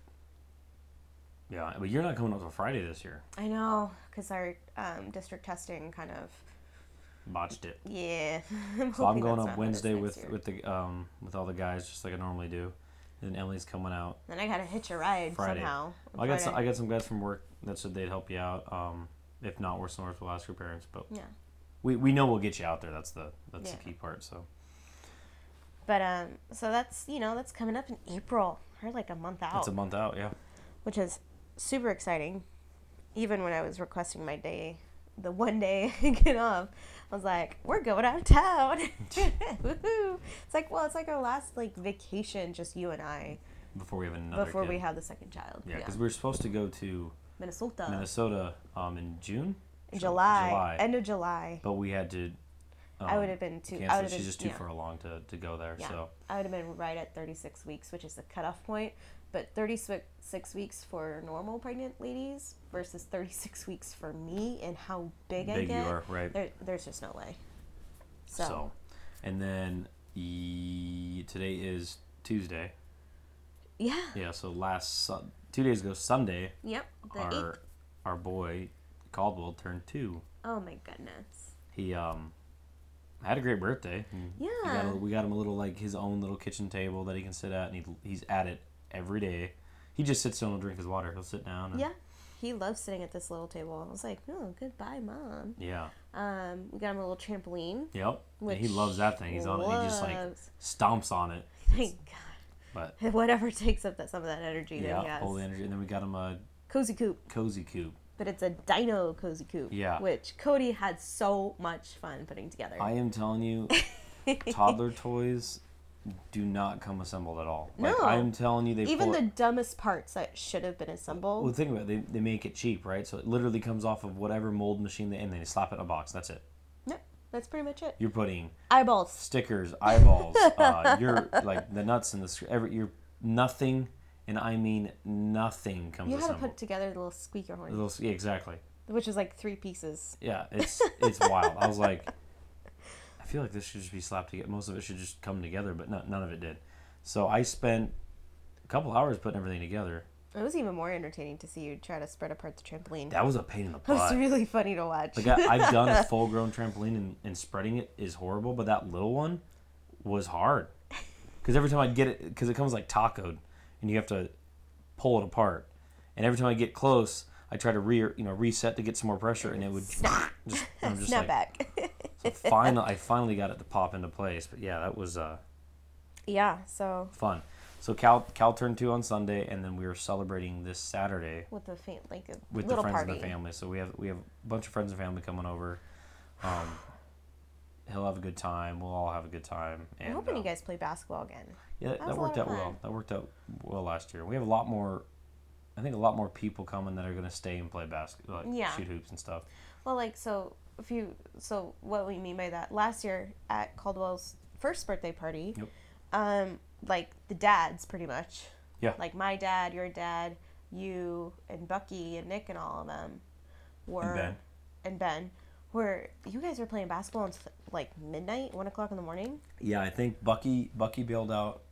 Speaker 1: yeah. But you're not coming up till Friday this year.
Speaker 2: I know because our um, district testing kind of
Speaker 1: Botched it.
Speaker 2: yeah. I'm
Speaker 1: So I'm
Speaker 2: hoping
Speaker 1: going
Speaker 2: that's
Speaker 1: up
Speaker 2: not what it is
Speaker 1: Wednesday
Speaker 2: next
Speaker 1: with
Speaker 2: year.
Speaker 1: with the um with all the guys just like I normally do, and Emily's coming out.
Speaker 2: Then I gotta hitch a ride
Speaker 1: Friday.
Speaker 2: somehow. on
Speaker 1: I got some,
Speaker 2: Friday.
Speaker 1: I got some guys from work that said they'd help you out. Um, if not, we're somewhere else, we'll ask your parents. But
Speaker 2: Yeah.
Speaker 1: we, we know we'll get you out there. That's the that's
Speaker 2: Yeah.
Speaker 1: the key part. So
Speaker 2: But um, so that's you know that's coming up in April. Or like a month out.
Speaker 1: that's a month out. Yeah,
Speaker 2: which is super exciting. Even when I was requesting my day, the one day I get off, I was like, "We're going out of town!" Woohoo! It's like, well, it's like our last like vacation, just you and I,
Speaker 1: before we have another
Speaker 2: before we
Speaker 1: kid.
Speaker 2: have the second child.
Speaker 1: yeah because we were supposed to go to
Speaker 2: Minnesota,
Speaker 1: Minnesota um in June, Ju-
Speaker 2: Uh. July, end of July.
Speaker 1: but we had to. Um,
Speaker 2: I would have been too. I
Speaker 1: Cancel.
Speaker 2: would have
Speaker 1: She's
Speaker 2: been
Speaker 1: just too
Speaker 2: yeah,
Speaker 1: far along to, to go there.
Speaker 2: yeah.
Speaker 1: So
Speaker 2: I would have been right at 36 weeks, which is the cutoff point. But 36 weeks for normal pregnant ladies versus 36 weeks for me, and how big, I
Speaker 1: big you
Speaker 2: get.
Speaker 1: are, right?
Speaker 2: There, there's just no way. So,
Speaker 1: So. and then e- today is Tuesday.
Speaker 2: yeah.
Speaker 1: Yeah, so last su- two days ago, Sunday,
Speaker 2: Yep. The
Speaker 1: our
Speaker 2: eighth.
Speaker 1: our boy Caldwell turned two.
Speaker 2: Oh my goodness.
Speaker 1: He um had a great birthday. and we got a-
Speaker 2: Yeah.
Speaker 1: we got, him a little like his own little kitchen table that he can sit at, and he, he's at it every day. He just sits down and drink his water. He'll sit down. And,
Speaker 2: Yeah. He loves sitting at this little table. I was like, no, goodbye, mom.
Speaker 1: Yeah.
Speaker 2: Um, we got him a little trampoline.
Speaker 1: Yep. And he
Speaker 2: Which
Speaker 1: loves that thing. He's on it. He just like
Speaker 2: loves-
Speaker 1: stomps on it.
Speaker 2: Thank
Speaker 1: But
Speaker 2: God. Whatever takes up that some of that energy that he
Speaker 1: yeah,
Speaker 2: has.
Speaker 1: whole energy. And then we got him a
Speaker 2: Cozy coop,
Speaker 1: cozy coop.
Speaker 2: but it's a dino cozy coop.
Speaker 1: Yeah.
Speaker 2: Which Cody had so much fun putting together.
Speaker 1: I am telling you, toddler toys do not come assembled at all. Like,
Speaker 2: No.
Speaker 1: I am telling you, they
Speaker 2: Even
Speaker 1: pull
Speaker 2: the
Speaker 1: it-
Speaker 2: dumbest parts that should have been assembled.
Speaker 1: Well, think about it. They, they make it cheap, right? So it literally comes off of whatever mold machine they and they slap it in a box. That's it.
Speaker 2: no, that's pretty much it.
Speaker 1: You're putting
Speaker 2: Eyeballs.
Speaker 1: stickers, eyeballs, uh, your like the nuts and the sc- every you're nothing, and I mean nothing comes
Speaker 2: You had to
Speaker 1: assembled.
Speaker 2: put together the little squeaker horn.
Speaker 1: Little s- yeah, exactly.
Speaker 2: which is like three pieces.
Speaker 1: Yeah, it's it's wild. I was like, I feel like this should just be slapped together. Most of it should just come together, but no, none of it did. So I spent a couple hours putting everything together.
Speaker 2: It was even more entertaining to see you try to spread apart the trampoline. That
Speaker 1: That was a pain in the
Speaker 2: was
Speaker 1: butt.
Speaker 2: really funny to watch.
Speaker 1: Like I, I've done a full grown trampoline and, and spreading it is horrible, but that little one was hard. Because every time I'd get it, because it comes like tacoed, and you have to pull it apart. And every time I get close, I try to re you know reset to get some more pressure, and it would just I'm just like
Speaker 2: Snap back.
Speaker 1: so final I finally got it to pop into place. But yeah, that was uh,
Speaker 2: yeah, so
Speaker 1: fun. So Cal Cal turned two on Sunday, and then we were celebrating this Saturday
Speaker 2: with the fam- like a
Speaker 1: with the
Speaker 2: little
Speaker 1: friends
Speaker 2: party.
Speaker 1: and the family. So we have we have a bunch of friends and family coming over. Um, he'll have a good time. We'll all have a good time. And,
Speaker 2: I'm hoping
Speaker 1: uh,
Speaker 2: you guys play basketball again.
Speaker 1: Yeah, that,
Speaker 2: That was a
Speaker 1: worked
Speaker 2: lot
Speaker 1: out
Speaker 2: of
Speaker 1: well.
Speaker 2: fun.
Speaker 1: That worked out well last year. We have a lot more. I think a lot more people coming that are going to stay and play basketball, like
Speaker 2: Yeah.
Speaker 1: shoot hoops and stuff.
Speaker 2: Well, like so if you so what we mean by that last year at Caldwell's first birthday party,
Speaker 1: Yep.
Speaker 2: um, like the dads pretty much,
Speaker 1: Yeah.
Speaker 2: like my dad, your dad, you and Bucky and Nick and all of them were
Speaker 1: Ben.
Speaker 2: and Ben were you guys were playing basketball until like midnight, one o'clock in the morning.
Speaker 1: Yeah, I think Bucky Bucky bailed out.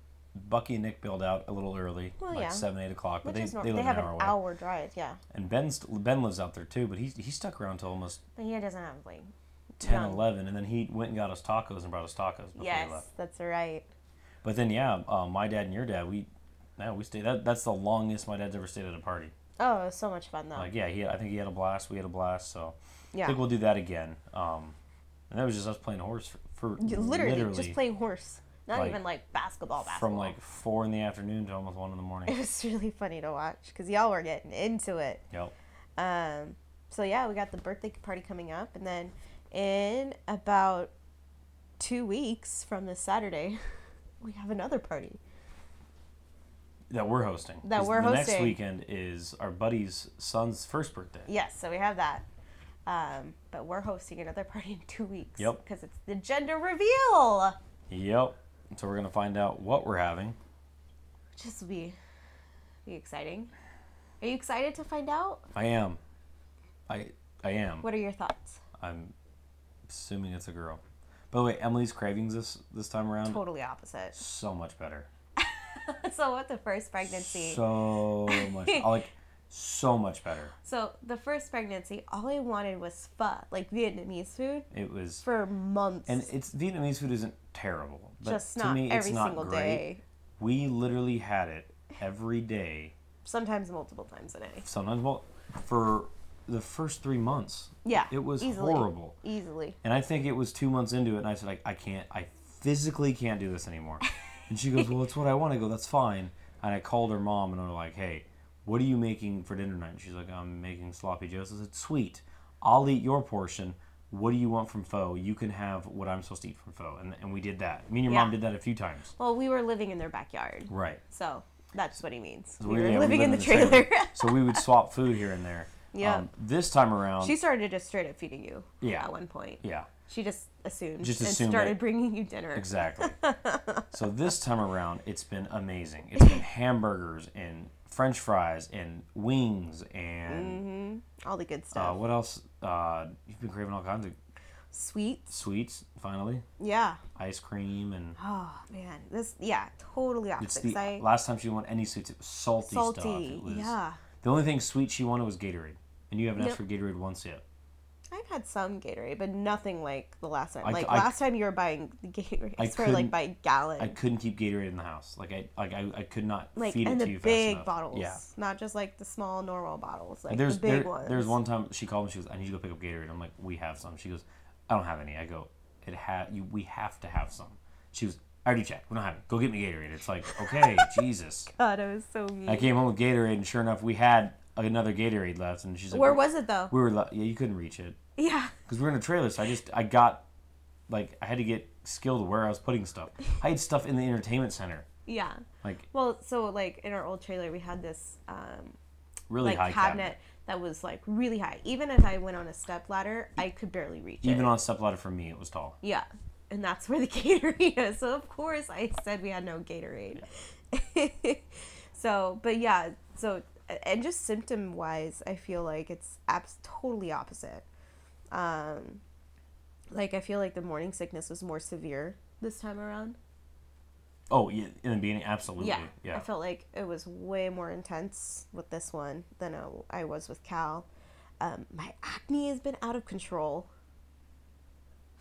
Speaker 1: Bucky and Nick bailed out a little early,
Speaker 2: Well,
Speaker 1: like
Speaker 2: yeah.
Speaker 1: seven eight o'clock. But
Speaker 2: Which
Speaker 1: they,
Speaker 2: is normal.
Speaker 1: they
Speaker 2: They,
Speaker 1: live an
Speaker 2: have an
Speaker 1: hour away.
Speaker 2: hour drive, yeah.
Speaker 1: And Ben's Ben lives out there too, but he he stuck around till almost
Speaker 2: But he doesn't have like
Speaker 1: 10,
Speaker 2: Young.
Speaker 1: 11, and then he went and got us tacos and brought us tacos before he left.
Speaker 2: yes, that's right.
Speaker 1: But then, yeah, uh, my dad and your dad, we, now we stayed. That, that's the longest my dad's ever stayed at a party.
Speaker 2: Oh, it was so much fun though.
Speaker 1: Like, yeah, he, I think he had a blast. We had a blast. So I
Speaker 2: yeah,
Speaker 1: think we'll do that again. Um, and that was just us playing horse for, for
Speaker 2: You literally, just playing horse, not
Speaker 1: like,
Speaker 2: even like basketball. Basketball.
Speaker 1: from like four in the afternoon to almost one in the
Speaker 2: it
Speaker 1: morning.
Speaker 2: was really funny to watch because y'all were getting into it.
Speaker 1: yep.
Speaker 2: Um, so yeah, we got the birthday party coming up, and then in about two weeks from this Saturday, we have another party.
Speaker 1: that we're hosting.
Speaker 2: That
Speaker 1: 'Cause
Speaker 2: we're
Speaker 1: the Next
Speaker 2: hosting.
Speaker 1: weekend is our buddy's son's first birthday.
Speaker 2: Yes, so we have that. Um, but we're hosting another party in two weeks.
Speaker 1: Yep.
Speaker 2: Because it's the gender reveal.
Speaker 1: Yep. So we're gonna find out what we're having.
Speaker 2: Which this will be, be exciting. Are you excited to find out?
Speaker 1: I am. I I am.
Speaker 2: What are your thoughts?
Speaker 1: I'm assuming it's a girl. By the way, Emily's cravings this this time around
Speaker 2: Totally opposite.
Speaker 1: so much better.
Speaker 2: so what the first pregnancy?
Speaker 1: So much. I like so much better.
Speaker 2: So the first pregnancy, all I wanted was pho, like Vietnamese food,
Speaker 1: It was.
Speaker 2: for months.
Speaker 1: And it's Vietnamese food isn't terrible, but
Speaker 2: just
Speaker 1: to
Speaker 2: not
Speaker 1: me
Speaker 2: every
Speaker 1: it's not
Speaker 2: single
Speaker 1: great.
Speaker 2: day.
Speaker 1: We literally had it every day,
Speaker 2: Sometimes multiple times a day.
Speaker 1: sometimes well, for the first three months.
Speaker 2: Yeah.
Speaker 1: it was
Speaker 2: easily,
Speaker 1: horrible.
Speaker 2: Easily.
Speaker 1: And I think it was two months into it, and I said, like, I can't, I physically can't do this anymore. And she goes, Well, it's what I want to go. That's fine. And I called her mom, and I'm like, Hey, what are you making for dinner tonight? And she's like, I'm making sloppy joes. I said, Sweet. I'll eat your portion. What do you want from pho? You can have what I'm supposed to eat from pho. And, and we did that. Me and your mom
Speaker 2: Yeah.
Speaker 1: did that a few times.
Speaker 2: Well, we were living in their backyard.
Speaker 1: Right.
Speaker 2: So that's what he means.
Speaker 1: So
Speaker 2: we were
Speaker 1: yeah,
Speaker 2: living in the
Speaker 1: lived
Speaker 2: trailer.
Speaker 1: so we would swap food here and there. Um,
Speaker 2: Yeah.
Speaker 1: this time around,
Speaker 2: she started just straight up feeding you
Speaker 1: Yeah.
Speaker 2: at one point.
Speaker 1: yeah.
Speaker 2: She just assumed
Speaker 1: Just
Speaker 2: and
Speaker 1: assumed
Speaker 2: started
Speaker 1: it.
Speaker 2: bringing you dinner.
Speaker 1: Exactly. so this time around, it's been amazing. It's been hamburgers and French fries and wings and
Speaker 2: All the good
Speaker 1: uh,
Speaker 2: stuff.
Speaker 1: what else? Uh, you've been craving all kinds of
Speaker 2: Sweets.
Speaker 1: sweets. Finally,
Speaker 2: Yeah.
Speaker 1: ice cream and
Speaker 2: Oh man. This yeah, totally
Speaker 1: it's
Speaker 2: opposite.
Speaker 1: the
Speaker 2: 'cause I-
Speaker 1: last time she wanted any sweets. It was salty, stuff.
Speaker 2: salty.
Speaker 1: It was,
Speaker 2: Yeah.
Speaker 1: The only thing sweet she wanted was Gatorade, and you haven't asked for
Speaker 2: Nope.
Speaker 1: Gatorade once yet.
Speaker 2: I've had some Gatorade, but nothing like the last time.
Speaker 1: I c-
Speaker 2: like
Speaker 1: I c-
Speaker 2: last time you were buying the Gatorade
Speaker 1: I
Speaker 2: I swear, like
Speaker 1: couldn't-
Speaker 2: by gallon.
Speaker 1: I couldn't keep Gatorade in the house. Like I, like I, I could not
Speaker 2: like
Speaker 1: feed it
Speaker 2: and
Speaker 1: to
Speaker 2: the
Speaker 1: you fast
Speaker 2: big
Speaker 1: enough.
Speaker 2: bottles.
Speaker 1: Yeah.
Speaker 2: Not just like the small normal bottles. Like
Speaker 1: There's
Speaker 2: the big
Speaker 1: there-
Speaker 2: ones.
Speaker 1: there's one time she called me. She goes, "I need you to go pick up Gatorade." I'm like, "We have some." She goes, "I don't have any." I go, "It ha you. We have to have some." She goes, "I already checked. We don't have it. Go get me Gatorade." It's like, okay, Jesus.
Speaker 2: God, I was so mean.
Speaker 1: I came home with Gatorade, and sure enough, we had another Gatorade left. And she's like,
Speaker 2: Where was it though?
Speaker 1: we were? le- Yeah, you couldn't reach it
Speaker 2: Yeah.
Speaker 1: because we were in a trailer. So I just I got like I had to get skilled where I was putting stuff. I had stuff in the entertainment center,
Speaker 2: Yeah.
Speaker 1: like
Speaker 2: Well, so like in our old trailer, we had this um,
Speaker 1: really
Speaker 2: like
Speaker 1: high
Speaker 2: cabinet,
Speaker 1: cabinet.
Speaker 2: that was like really high. Even if I went on a step ladder, I could barely reach
Speaker 1: Even
Speaker 2: it.
Speaker 1: on a stepladder for me, it was tall.
Speaker 2: yeah, and that's where the Gatorade is. So of course, I said we had no Gatorade. so, but yeah, so and just symptom wise, I feel like it's abs- totally opposite. Um, like I feel like the morning sickness was more severe this time around.
Speaker 1: Oh, yeah, in the beginning, absolutely.
Speaker 2: Yeah,
Speaker 1: Mm-hmm. Yeah,
Speaker 2: I felt like it was way more intense with this one than I- I was with Cal. Um, my acne has been out of control.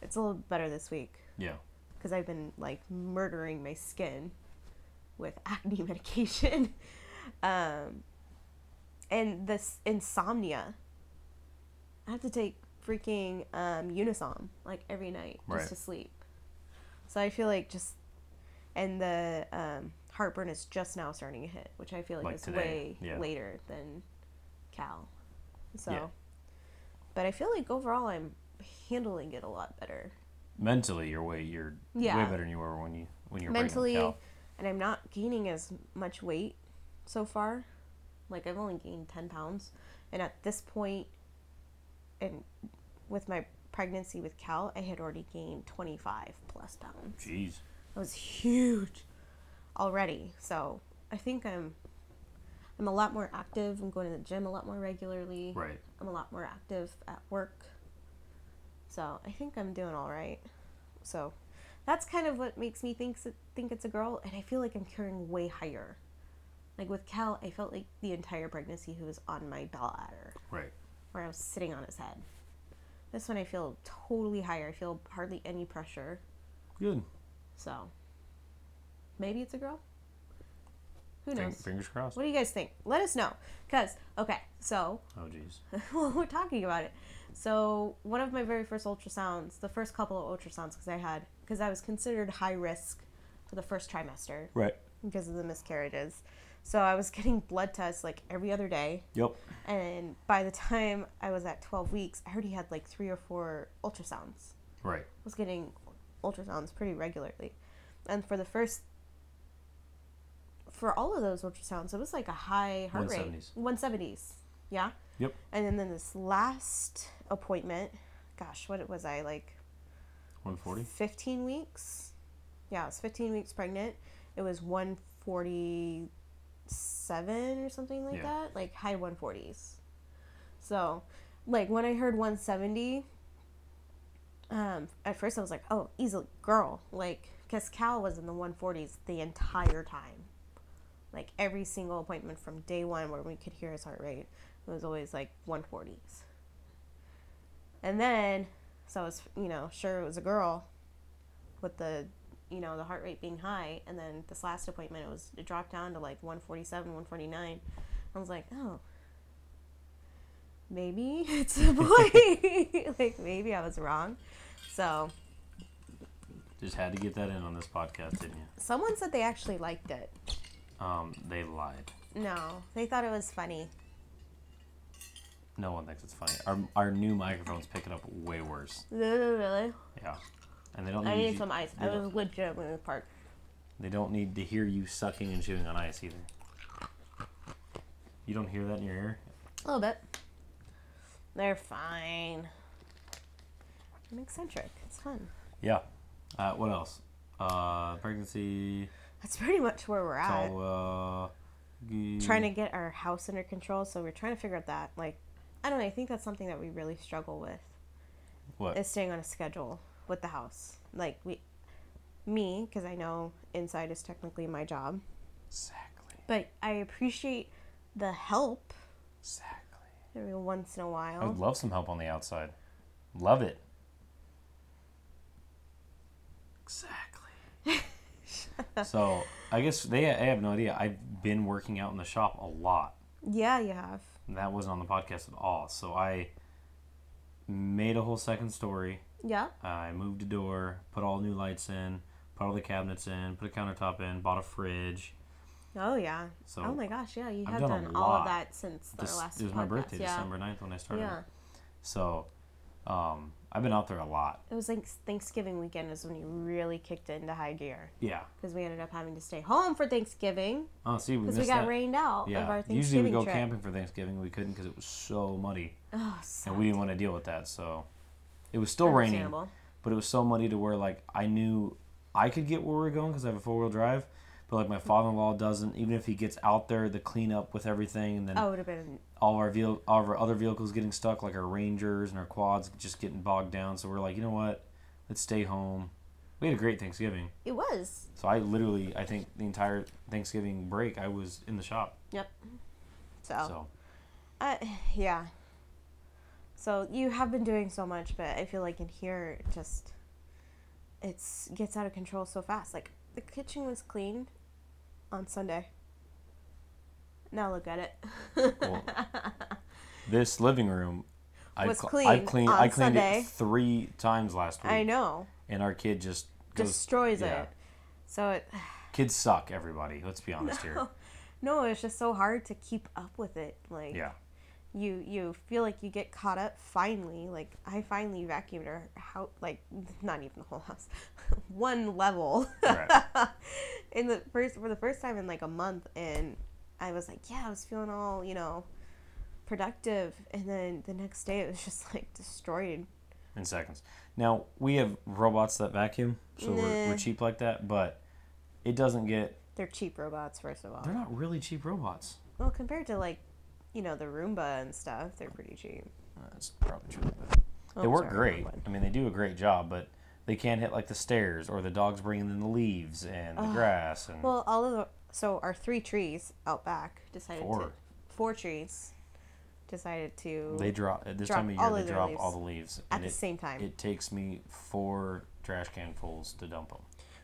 Speaker 2: It's a little better this week
Speaker 1: yeah.
Speaker 2: because I've been like murdering my skin with acne medication. um, and this insomnia. I have to take freaking um, Unisom like every night just
Speaker 1: Right.
Speaker 2: to sleep. So I feel like just and the um, heartburn is just now starting to hit, which I feel like,
Speaker 1: Like
Speaker 2: is
Speaker 1: today,
Speaker 2: way
Speaker 1: yeah.
Speaker 2: later than Cal. So,
Speaker 1: Yeah.
Speaker 2: but I feel like overall I'm handling it a lot better.
Speaker 1: mentally you're way you're way
Speaker 2: Yeah.
Speaker 1: better than you were when you when you're
Speaker 2: mentally
Speaker 1: mentally
Speaker 2: and i'm not gaining as much weight so far like i've only gained 10 pounds and at this point and with my pregnancy with cal i had already gained 25 plus pounds
Speaker 1: jeez
Speaker 2: that was huge already so i think i'm i'm a lot more active i'm going to the gym a lot more regularly
Speaker 1: right
Speaker 2: i'm a lot more active at work so i think i'm doing all right so that's kind of what makes me think think it's a girl, and I feel like I'm carrying way higher. Like with Cal, I felt like the entire pregnancy he was on my bell ladder,
Speaker 1: right
Speaker 2: where I was sitting on his head. This one I feel totally higher. I feel hardly any pressure.
Speaker 1: good
Speaker 2: So maybe it's a girl. Who
Speaker 1: Fing-
Speaker 2: knows?
Speaker 1: fingers crossed
Speaker 2: What do you guys think? Let us know. Cause okay, so
Speaker 1: oh jeez
Speaker 2: well, we're talking about it. So one of my very first ultrasounds, the first couple of ultrasounds, because I had, because I was considered high risk for the first trimester
Speaker 1: right
Speaker 2: because of the miscarriages. So I was getting blood tests like every other day,
Speaker 1: yep
Speaker 2: and by the time I was at 12 weeks, I already had like three or four ultrasounds.
Speaker 1: right
Speaker 2: I was getting ultrasounds pretty regularly, and for the first for all of those ultrasounds, it was like a high heart rate.
Speaker 1: 170s.
Speaker 2: 170s. Yeah.
Speaker 1: Yep.
Speaker 2: And then, then this last appointment, gosh, what was I like
Speaker 1: 140.
Speaker 2: 15 weeks? Yeah, I was 15 weeks pregnant. It was 147 or something like
Speaker 1: Yeah.
Speaker 2: that, like high 140s. So, like when I heard 170, um, at first I was like, oh, easily, girl. Like, because Cal was in the 140s the entire time. Like every single appointment from day one where we could hear his heart rate, it was always like 140s. And then, so I was, you know, sure it was a girl with the, you know, the heart rate being high. And then this last appointment, it was, it dropped down to like 147, 149. I was like, oh, maybe it's a boy. like, maybe I was wrong. So
Speaker 1: Just had to get that in on this podcast, didn't you?
Speaker 2: someone said they actually liked it.
Speaker 1: Um, they lied.
Speaker 2: No, they thought it was funny.
Speaker 1: No one thinks it's funny. Our, our new microphone's picking up way worse.
Speaker 2: Really?
Speaker 1: Yeah. And they don't
Speaker 2: I
Speaker 1: need
Speaker 2: need
Speaker 1: you-
Speaker 2: some ice.
Speaker 1: They
Speaker 2: I
Speaker 1: don't,
Speaker 2: was legitimately in the park.
Speaker 1: they don't need to hear you sucking and chewing on ice either. You don't hear that in your ear?
Speaker 2: A little bit. They're fine. I'm eccentric. It's fun.
Speaker 1: Yeah. Uh, what else? Uh, pregnancy.
Speaker 2: That's pretty much where we're at.
Speaker 1: So, uh, g-
Speaker 2: trying to get our house under control, so we're trying to figure out that. Like, I don't know. I think that's something that we really struggle with
Speaker 1: what?
Speaker 2: is staying on a schedule with the house. Like we, me, because I know inside is technically my job,
Speaker 1: Exactly.
Speaker 2: but I appreciate the help
Speaker 1: Exactly.
Speaker 2: every once in a
Speaker 1: I would
Speaker 2: while.
Speaker 1: love some help on the outside. Love it. Exactly. so I guess they I have no idea. I've been working out in the shop a lot.
Speaker 2: Yeah, you have.
Speaker 1: And that wasn't on the podcast at all. So I made a whole second story.
Speaker 2: Yeah.
Speaker 1: I moved a door, put all new lights in, put all the cabinets in, put a countertop in, bought a fridge.
Speaker 2: Oh yeah.
Speaker 1: So
Speaker 2: oh my gosh, yeah, you
Speaker 1: I've
Speaker 2: have
Speaker 1: done a
Speaker 2: done, all
Speaker 1: lot.
Speaker 2: of that since our
Speaker 1: This,
Speaker 2: last.
Speaker 1: it was my
Speaker 2: podcast.
Speaker 1: birthday,
Speaker 2: yeah.
Speaker 1: December 9th when I started.
Speaker 2: Yeah,
Speaker 1: So um, I've been out there a lot.
Speaker 2: it was like Thanksgiving weekend is when you really kicked into high gear
Speaker 1: Yeah.
Speaker 2: because we ended up having to stay home for Thanksgiving
Speaker 1: Oh, see, we
Speaker 2: because
Speaker 1: missed
Speaker 2: we got
Speaker 1: that.
Speaker 2: rained out
Speaker 1: Yeah.
Speaker 2: of our Thanksgiving
Speaker 1: Usually we go
Speaker 2: trip.
Speaker 1: camping for Thanksgiving. We couldn't because it was so muddy,
Speaker 2: Oh,
Speaker 1: and we didn't want to deal with that. So it was still raining,
Speaker 2: Understandable.
Speaker 1: but it was so muddy to where like I knew I could get where we are going because I have a four wheel drive. But like
Speaker 2: Mm-hmm.
Speaker 1: my father in law doesn't. Even if he gets out there, the cleanup with everything, and then
Speaker 2: Oh, it would have been
Speaker 1: all of our vehi- all of our other vehicles getting stuck, like our Rangers and our quads, just getting bogged down. So we're like, you know what? Let's stay home. We had a great Thanksgiving.
Speaker 2: It was.
Speaker 1: So I literally, I think the entire Thanksgiving break, I was in the shop.
Speaker 2: Yep. So,
Speaker 1: So
Speaker 2: Uh, yeah. So you have been doing so much, but I feel like in here it just it's gets out of control so fast. Like the kitchen was clean on Sunday. Now look at it.
Speaker 1: Well, this living room I
Speaker 2: Was
Speaker 1: cl-
Speaker 2: clean
Speaker 1: I cleaned
Speaker 2: on
Speaker 1: I cleaned
Speaker 2: Sunday.
Speaker 1: it three times last week.
Speaker 2: I know.
Speaker 1: And our kid just goes,
Speaker 2: Destroys
Speaker 1: yeah.
Speaker 2: it. So it
Speaker 1: Kids suck, everybody. Let's be honest here.
Speaker 2: no, it's just so hard to keep up with it. Like
Speaker 1: Yeah.
Speaker 2: you you feel like you get caught up finally like i finally vacuumed our house like not even the whole house one level
Speaker 1: Right.
Speaker 2: in the first for the first time in like a month and i was like yeah i was feeling all you know productive and then the next day it was just like destroyed
Speaker 1: in seconds. Now we have robots that vacuum, so we're,
Speaker 2: Nah.
Speaker 1: we're cheap like that, but it doesn't get
Speaker 2: they're cheap robots first of all
Speaker 1: they're not really cheap robots.
Speaker 2: well compared to like you know the roomba and stuff they're pretty cheap
Speaker 1: That's probably true. They
Speaker 2: Oh,
Speaker 1: work
Speaker 2: sorry,
Speaker 1: great.
Speaker 2: wrong one.
Speaker 1: I mean, they do a great job, but they can't hit like the stairs or the dogs bringing in the leaves and the grass and
Speaker 2: Well, all of the so our three trees out back decided to
Speaker 1: Four.
Speaker 2: four trees decided to
Speaker 1: They drop at this
Speaker 2: Drop
Speaker 1: time of year.
Speaker 2: all of
Speaker 1: They
Speaker 2: their
Speaker 1: drop
Speaker 2: leaves
Speaker 1: all the leaves
Speaker 2: at
Speaker 1: and
Speaker 2: the
Speaker 1: it-
Speaker 2: same time.
Speaker 1: It takes me four trash can fulls to dump them.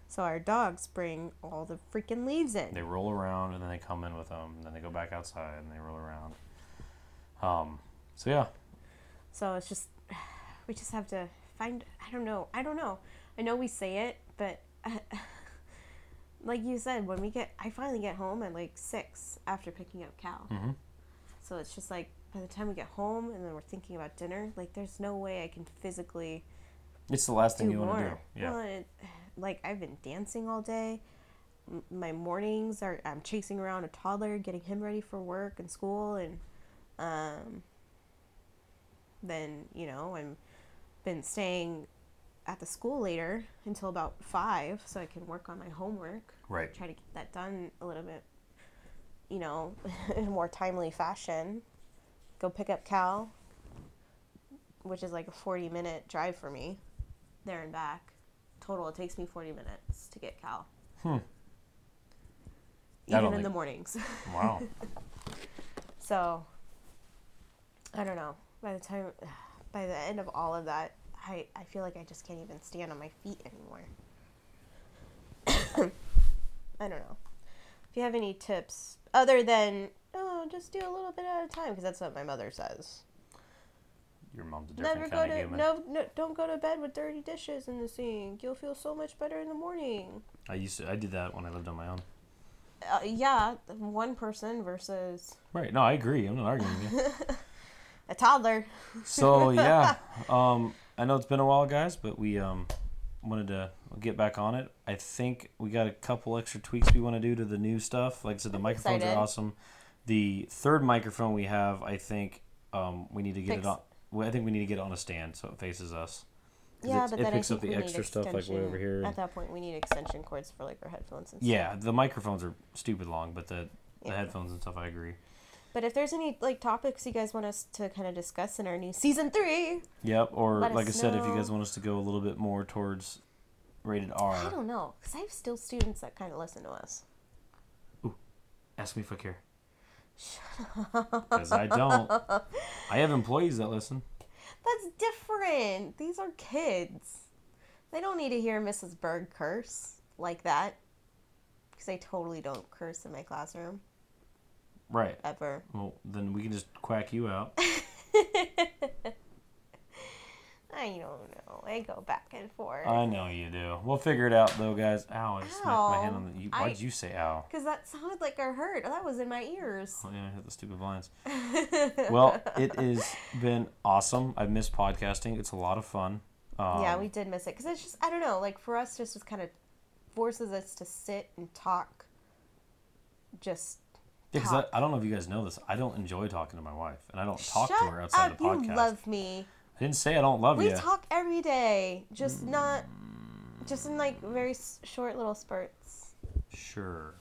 Speaker 2: so our dogs bring all the freaking leaves in.
Speaker 1: They roll around and then they come in with them. And then they go back outside and they roll around. Um. So yeah,
Speaker 2: So it's just we just have to find I don't know. I don't know. I know we say it, but like you said, when we get I finally get home at like 6 after picking up Cal.
Speaker 1: Mm-hmm.
Speaker 2: So it's just like by the time we get home and then we're thinking about dinner, like there's no way I can physically
Speaker 1: it's the last
Speaker 2: do
Speaker 1: thing you want to do.
Speaker 2: more.
Speaker 1: Yeah.
Speaker 2: Well, it, like I've been dancing all day. m- my mornings are I'm chasing around a toddler, getting him ready for work and school, and um, then you know I'm been staying at the school later until about five, so I can work on my homework.
Speaker 1: Right.
Speaker 2: Try to get that done a little bit, you know, in a more timely fashion. Go pick up Cal, which is like a forty minute drive for me, there and back. Total, it takes me forty minutes to get Cal
Speaker 1: I
Speaker 2: even
Speaker 1: don't
Speaker 2: in the
Speaker 1: think-
Speaker 2: mornings.
Speaker 1: Wow.
Speaker 2: so I don't know. By the time by the end of all of that, I, I feel like I just can't even stand on my feet anymore. I don't know. If you have any tips other than oh, just do a little bit at a time because that's what my mother says.
Speaker 1: Your mom's a different
Speaker 2: Never go
Speaker 1: kind of
Speaker 2: to
Speaker 1: human.
Speaker 2: no, no don't go to bed with dirty dishes in the sink. You'll feel so much better in the morning.
Speaker 1: I used to. I did that when I lived on my own.
Speaker 2: Uh, yeah, one person versus
Speaker 1: Right. No, I agree. I'm not arguing with you.
Speaker 2: a toddler.
Speaker 1: So yeah, um, I know it's been a while, guys, but we um, wanted to get back on it. I think we got a couple extra tweaks we want to do to the new stuff. Like I said, the microphones
Speaker 2: excited.
Speaker 1: are awesome. The third microphone we have, I think um, we need to get
Speaker 2: Fix-
Speaker 1: it on. well, I think we need to get it on a stand so it faces us. 'Cause
Speaker 2: Yeah,
Speaker 1: it's-
Speaker 2: but
Speaker 1: it
Speaker 2: then
Speaker 1: picks
Speaker 2: I
Speaker 1: up
Speaker 2: think
Speaker 1: the
Speaker 2: we need
Speaker 1: extra stuff, like, way
Speaker 2: extension-
Speaker 1: over here.
Speaker 2: At that point, we need extension cords for like our headphones and stuff.
Speaker 1: Yeah, the microphones are stupid long, but the, the
Speaker 2: Yeah.
Speaker 1: headphones and stuff, I agree.
Speaker 2: But if there's any like topics you guys want us to kind of discuss in our new season three,
Speaker 1: Yep. Or
Speaker 2: Let
Speaker 1: like I
Speaker 2: us
Speaker 1: said, if you
Speaker 2: know.
Speaker 1: guys want us to go a little bit more towards rated R,
Speaker 2: I don't know, because I have still students that kind of listen to us.
Speaker 1: ask me if I care. Because I don't. I have employees that listen.
Speaker 2: That's different. These are kids. They don't need to hear Mrs. Berg curse like that. Because I totally don't curse in my classroom
Speaker 1: Right.
Speaker 2: ever.
Speaker 1: Well, then we can just quack you out.
Speaker 2: I don't know. I go back and forth.
Speaker 1: I know you do. We'll figure it out though, guys. Ow! I just smacked my hand
Speaker 2: Ow.
Speaker 1: on the. You,
Speaker 2: I-
Speaker 1: why'd you say ow?
Speaker 2: Because that sounded like I heard. That was in my ears.
Speaker 1: Oh, yeah, I hit the stupid blinds. well, it has been awesome. I've missed podcasting. It's a lot of fun. Um,
Speaker 2: yeah, we did miss it because it's just I don't know. Like for us, this just kind of forces us to sit and talk. Just
Speaker 1: Because
Speaker 2: talk.
Speaker 1: I, I don't know if you guys know this. I don't enjoy talking to my wife, and I don't talk
Speaker 2: shut
Speaker 1: to her outside
Speaker 2: up.
Speaker 1: the podcast. Oh,
Speaker 2: You love me.
Speaker 1: I didn't say I don't love
Speaker 2: We
Speaker 1: you.
Speaker 2: talk every day, just
Speaker 1: Mm.
Speaker 2: not, just in like very s- short little spurts.
Speaker 1: Sure.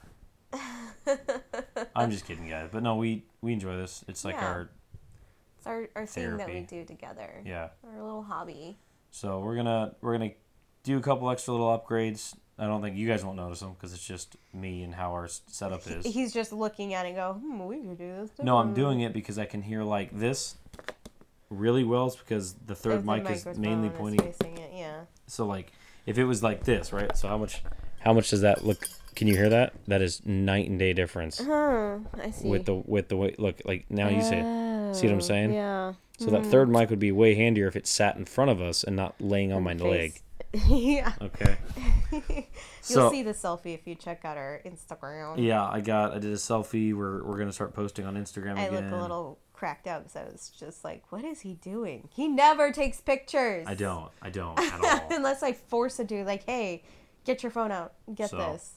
Speaker 1: I'm just kidding, guys. But no, we we enjoy this. It's like
Speaker 2: Yeah.
Speaker 1: our
Speaker 2: It's our, our thing that we
Speaker 1: Therapy.
Speaker 2: do together.
Speaker 1: yeah.
Speaker 2: Our little hobby.
Speaker 1: So we're gonna we're gonna do a couple extra little upgrades. I don't think you guys won't notice them because it's just me and how our s- setup is.
Speaker 2: He's just looking at it and go, hmm, we could do this.
Speaker 1: No, I'm
Speaker 2: different."
Speaker 1: doing it because I can hear like this really well. It's because the third
Speaker 2: If the
Speaker 1: mic is
Speaker 2: microphone
Speaker 1: mainly
Speaker 2: is
Speaker 1: pointing.
Speaker 2: facing it, yeah.
Speaker 1: So like if it was like this, right? So how much how much does that look? Can you hear that? That is night and day difference
Speaker 2: Huh, I see.
Speaker 1: with the with the way. Look, like now you say. it. See what I'm
Speaker 2: Oh,
Speaker 1: saying?
Speaker 2: Yeah. Mm.
Speaker 1: So that third mic would be way handier if it sat in front of us and not laying on my leg.
Speaker 2: Face. yeah.
Speaker 1: Okay.
Speaker 2: You'll
Speaker 1: so
Speaker 2: see the selfie if you check out our Instagram.
Speaker 1: yeah, I got I did a selfie. We're we're gonna start posting on Instagram
Speaker 2: I
Speaker 1: again.
Speaker 2: look a little cracked up, so it's just like, what is he doing? He never takes pictures.
Speaker 1: I don't. I don't at all.
Speaker 2: Unless I force a dude, like, hey, get your phone out, get
Speaker 1: So.
Speaker 2: this.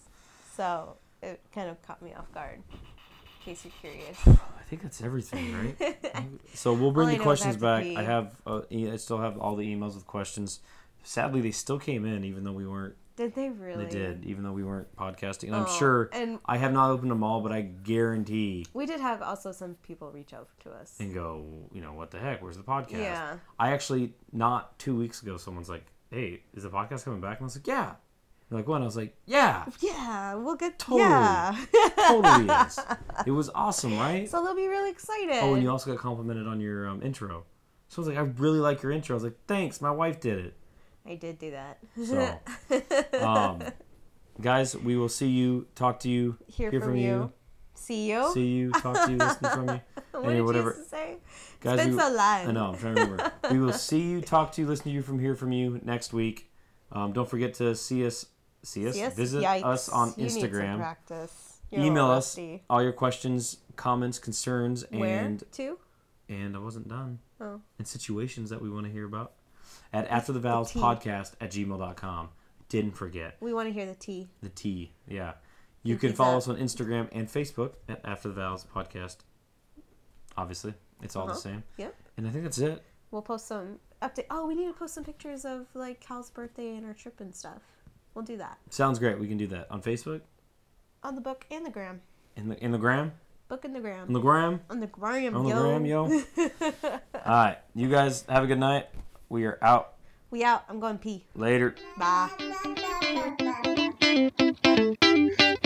Speaker 2: So it kind of caught me off guard. In case you're curious.
Speaker 1: I think that's everything, right? so we'll bring
Speaker 2: All I
Speaker 1: the
Speaker 2: know is I
Speaker 1: questions
Speaker 2: have to
Speaker 1: back.
Speaker 2: pee.
Speaker 1: I have uh, e- I still have all the emails with questions. Sadly, they still came in, even though we weren't.
Speaker 2: Did they really?
Speaker 1: They did, even though we weren't podcasting. And I'm
Speaker 2: Oh,
Speaker 1: sure.
Speaker 2: and-
Speaker 1: I have not opened them all, but I guarantee
Speaker 2: We did have also some people reach out to us.
Speaker 1: and go, you know, what the heck? Where's the podcast?
Speaker 2: Yeah.
Speaker 1: I actually, not two weeks ago, someone's like, hey, is the podcast coming back? And I was like, yeah. They're like, what? And I was like, yeah,
Speaker 2: Yeah, we'll get
Speaker 1: Totally.
Speaker 2: Yeah.
Speaker 1: totally is. It was awesome, right?
Speaker 2: so they'll be really excited.
Speaker 1: oh, and you also got complimented on your um, intro. Someone's like, I really like your intro. I was like, thanks, my wife did it.
Speaker 2: I did do that.
Speaker 1: So, um, guys, we will see you, talk to you,
Speaker 2: Hear from you. See you.
Speaker 1: see you, talk to you, listen from you.
Speaker 2: what
Speaker 1: anyway,
Speaker 2: did
Speaker 1: whatever.
Speaker 2: you used to say?
Speaker 1: Guys,
Speaker 2: been
Speaker 1: we-
Speaker 2: so long.
Speaker 1: I know. I'm trying to remember. we will see you, talk to you, listen to you from here from you next week. Um, don't forget to see us, see us,
Speaker 2: See us?
Speaker 1: visit
Speaker 2: Yikes.
Speaker 1: us on
Speaker 2: You need some
Speaker 1: Instagram.
Speaker 2: practice. You're a
Speaker 1: Email
Speaker 2: little
Speaker 1: us
Speaker 2: rusty.
Speaker 1: all your questions, comments, concerns,
Speaker 2: Where
Speaker 1: and
Speaker 2: to?
Speaker 1: and I wasn't done.
Speaker 2: Oh.
Speaker 1: And situations that we want to hear about at after the valves
Speaker 2: T.
Speaker 1: podcast at gmail.com. Didn't forget
Speaker 2: We want to hear the T.
Speaker 1: the T. Yeah. You
Speaker 2: Thank
Speaker 1: can
Speaker 2: you,
Speaker 1: follow
Speaker 2: Zach.
Speaker 1: us on Instagram and Facebook at After the Vows Podcast. Obviously, it's all
Speaker 2: Uh-huh.
Speaker 1: the same.
Speaker 2: Yep.
Speaker 1: And I think that's it.
Speaker 2: We'll post some update. Oh, we need to post some pictures of like Cal's birthday and our trip and stuff. We'll do that
Speaker 1: Sounds great. We can do that on Facebook,
Speaker 2: on the book and the gram.
Speaker 1: in the in the gram,
Speaker 2: Book and the
Speaker 1: on
Speaker 2: gram.
Speaker 1: the gram,
Speaker 2: On the gram,
Speaker 1: on the
Speaker 2: yo.
Speaker 1: gram, yo. all right, you guys have a good night. We are out
Speaker 2: We out. I'm going pee.
Speaker 1: later.
Speaker 2: Bye.
Speaker 3: Bye.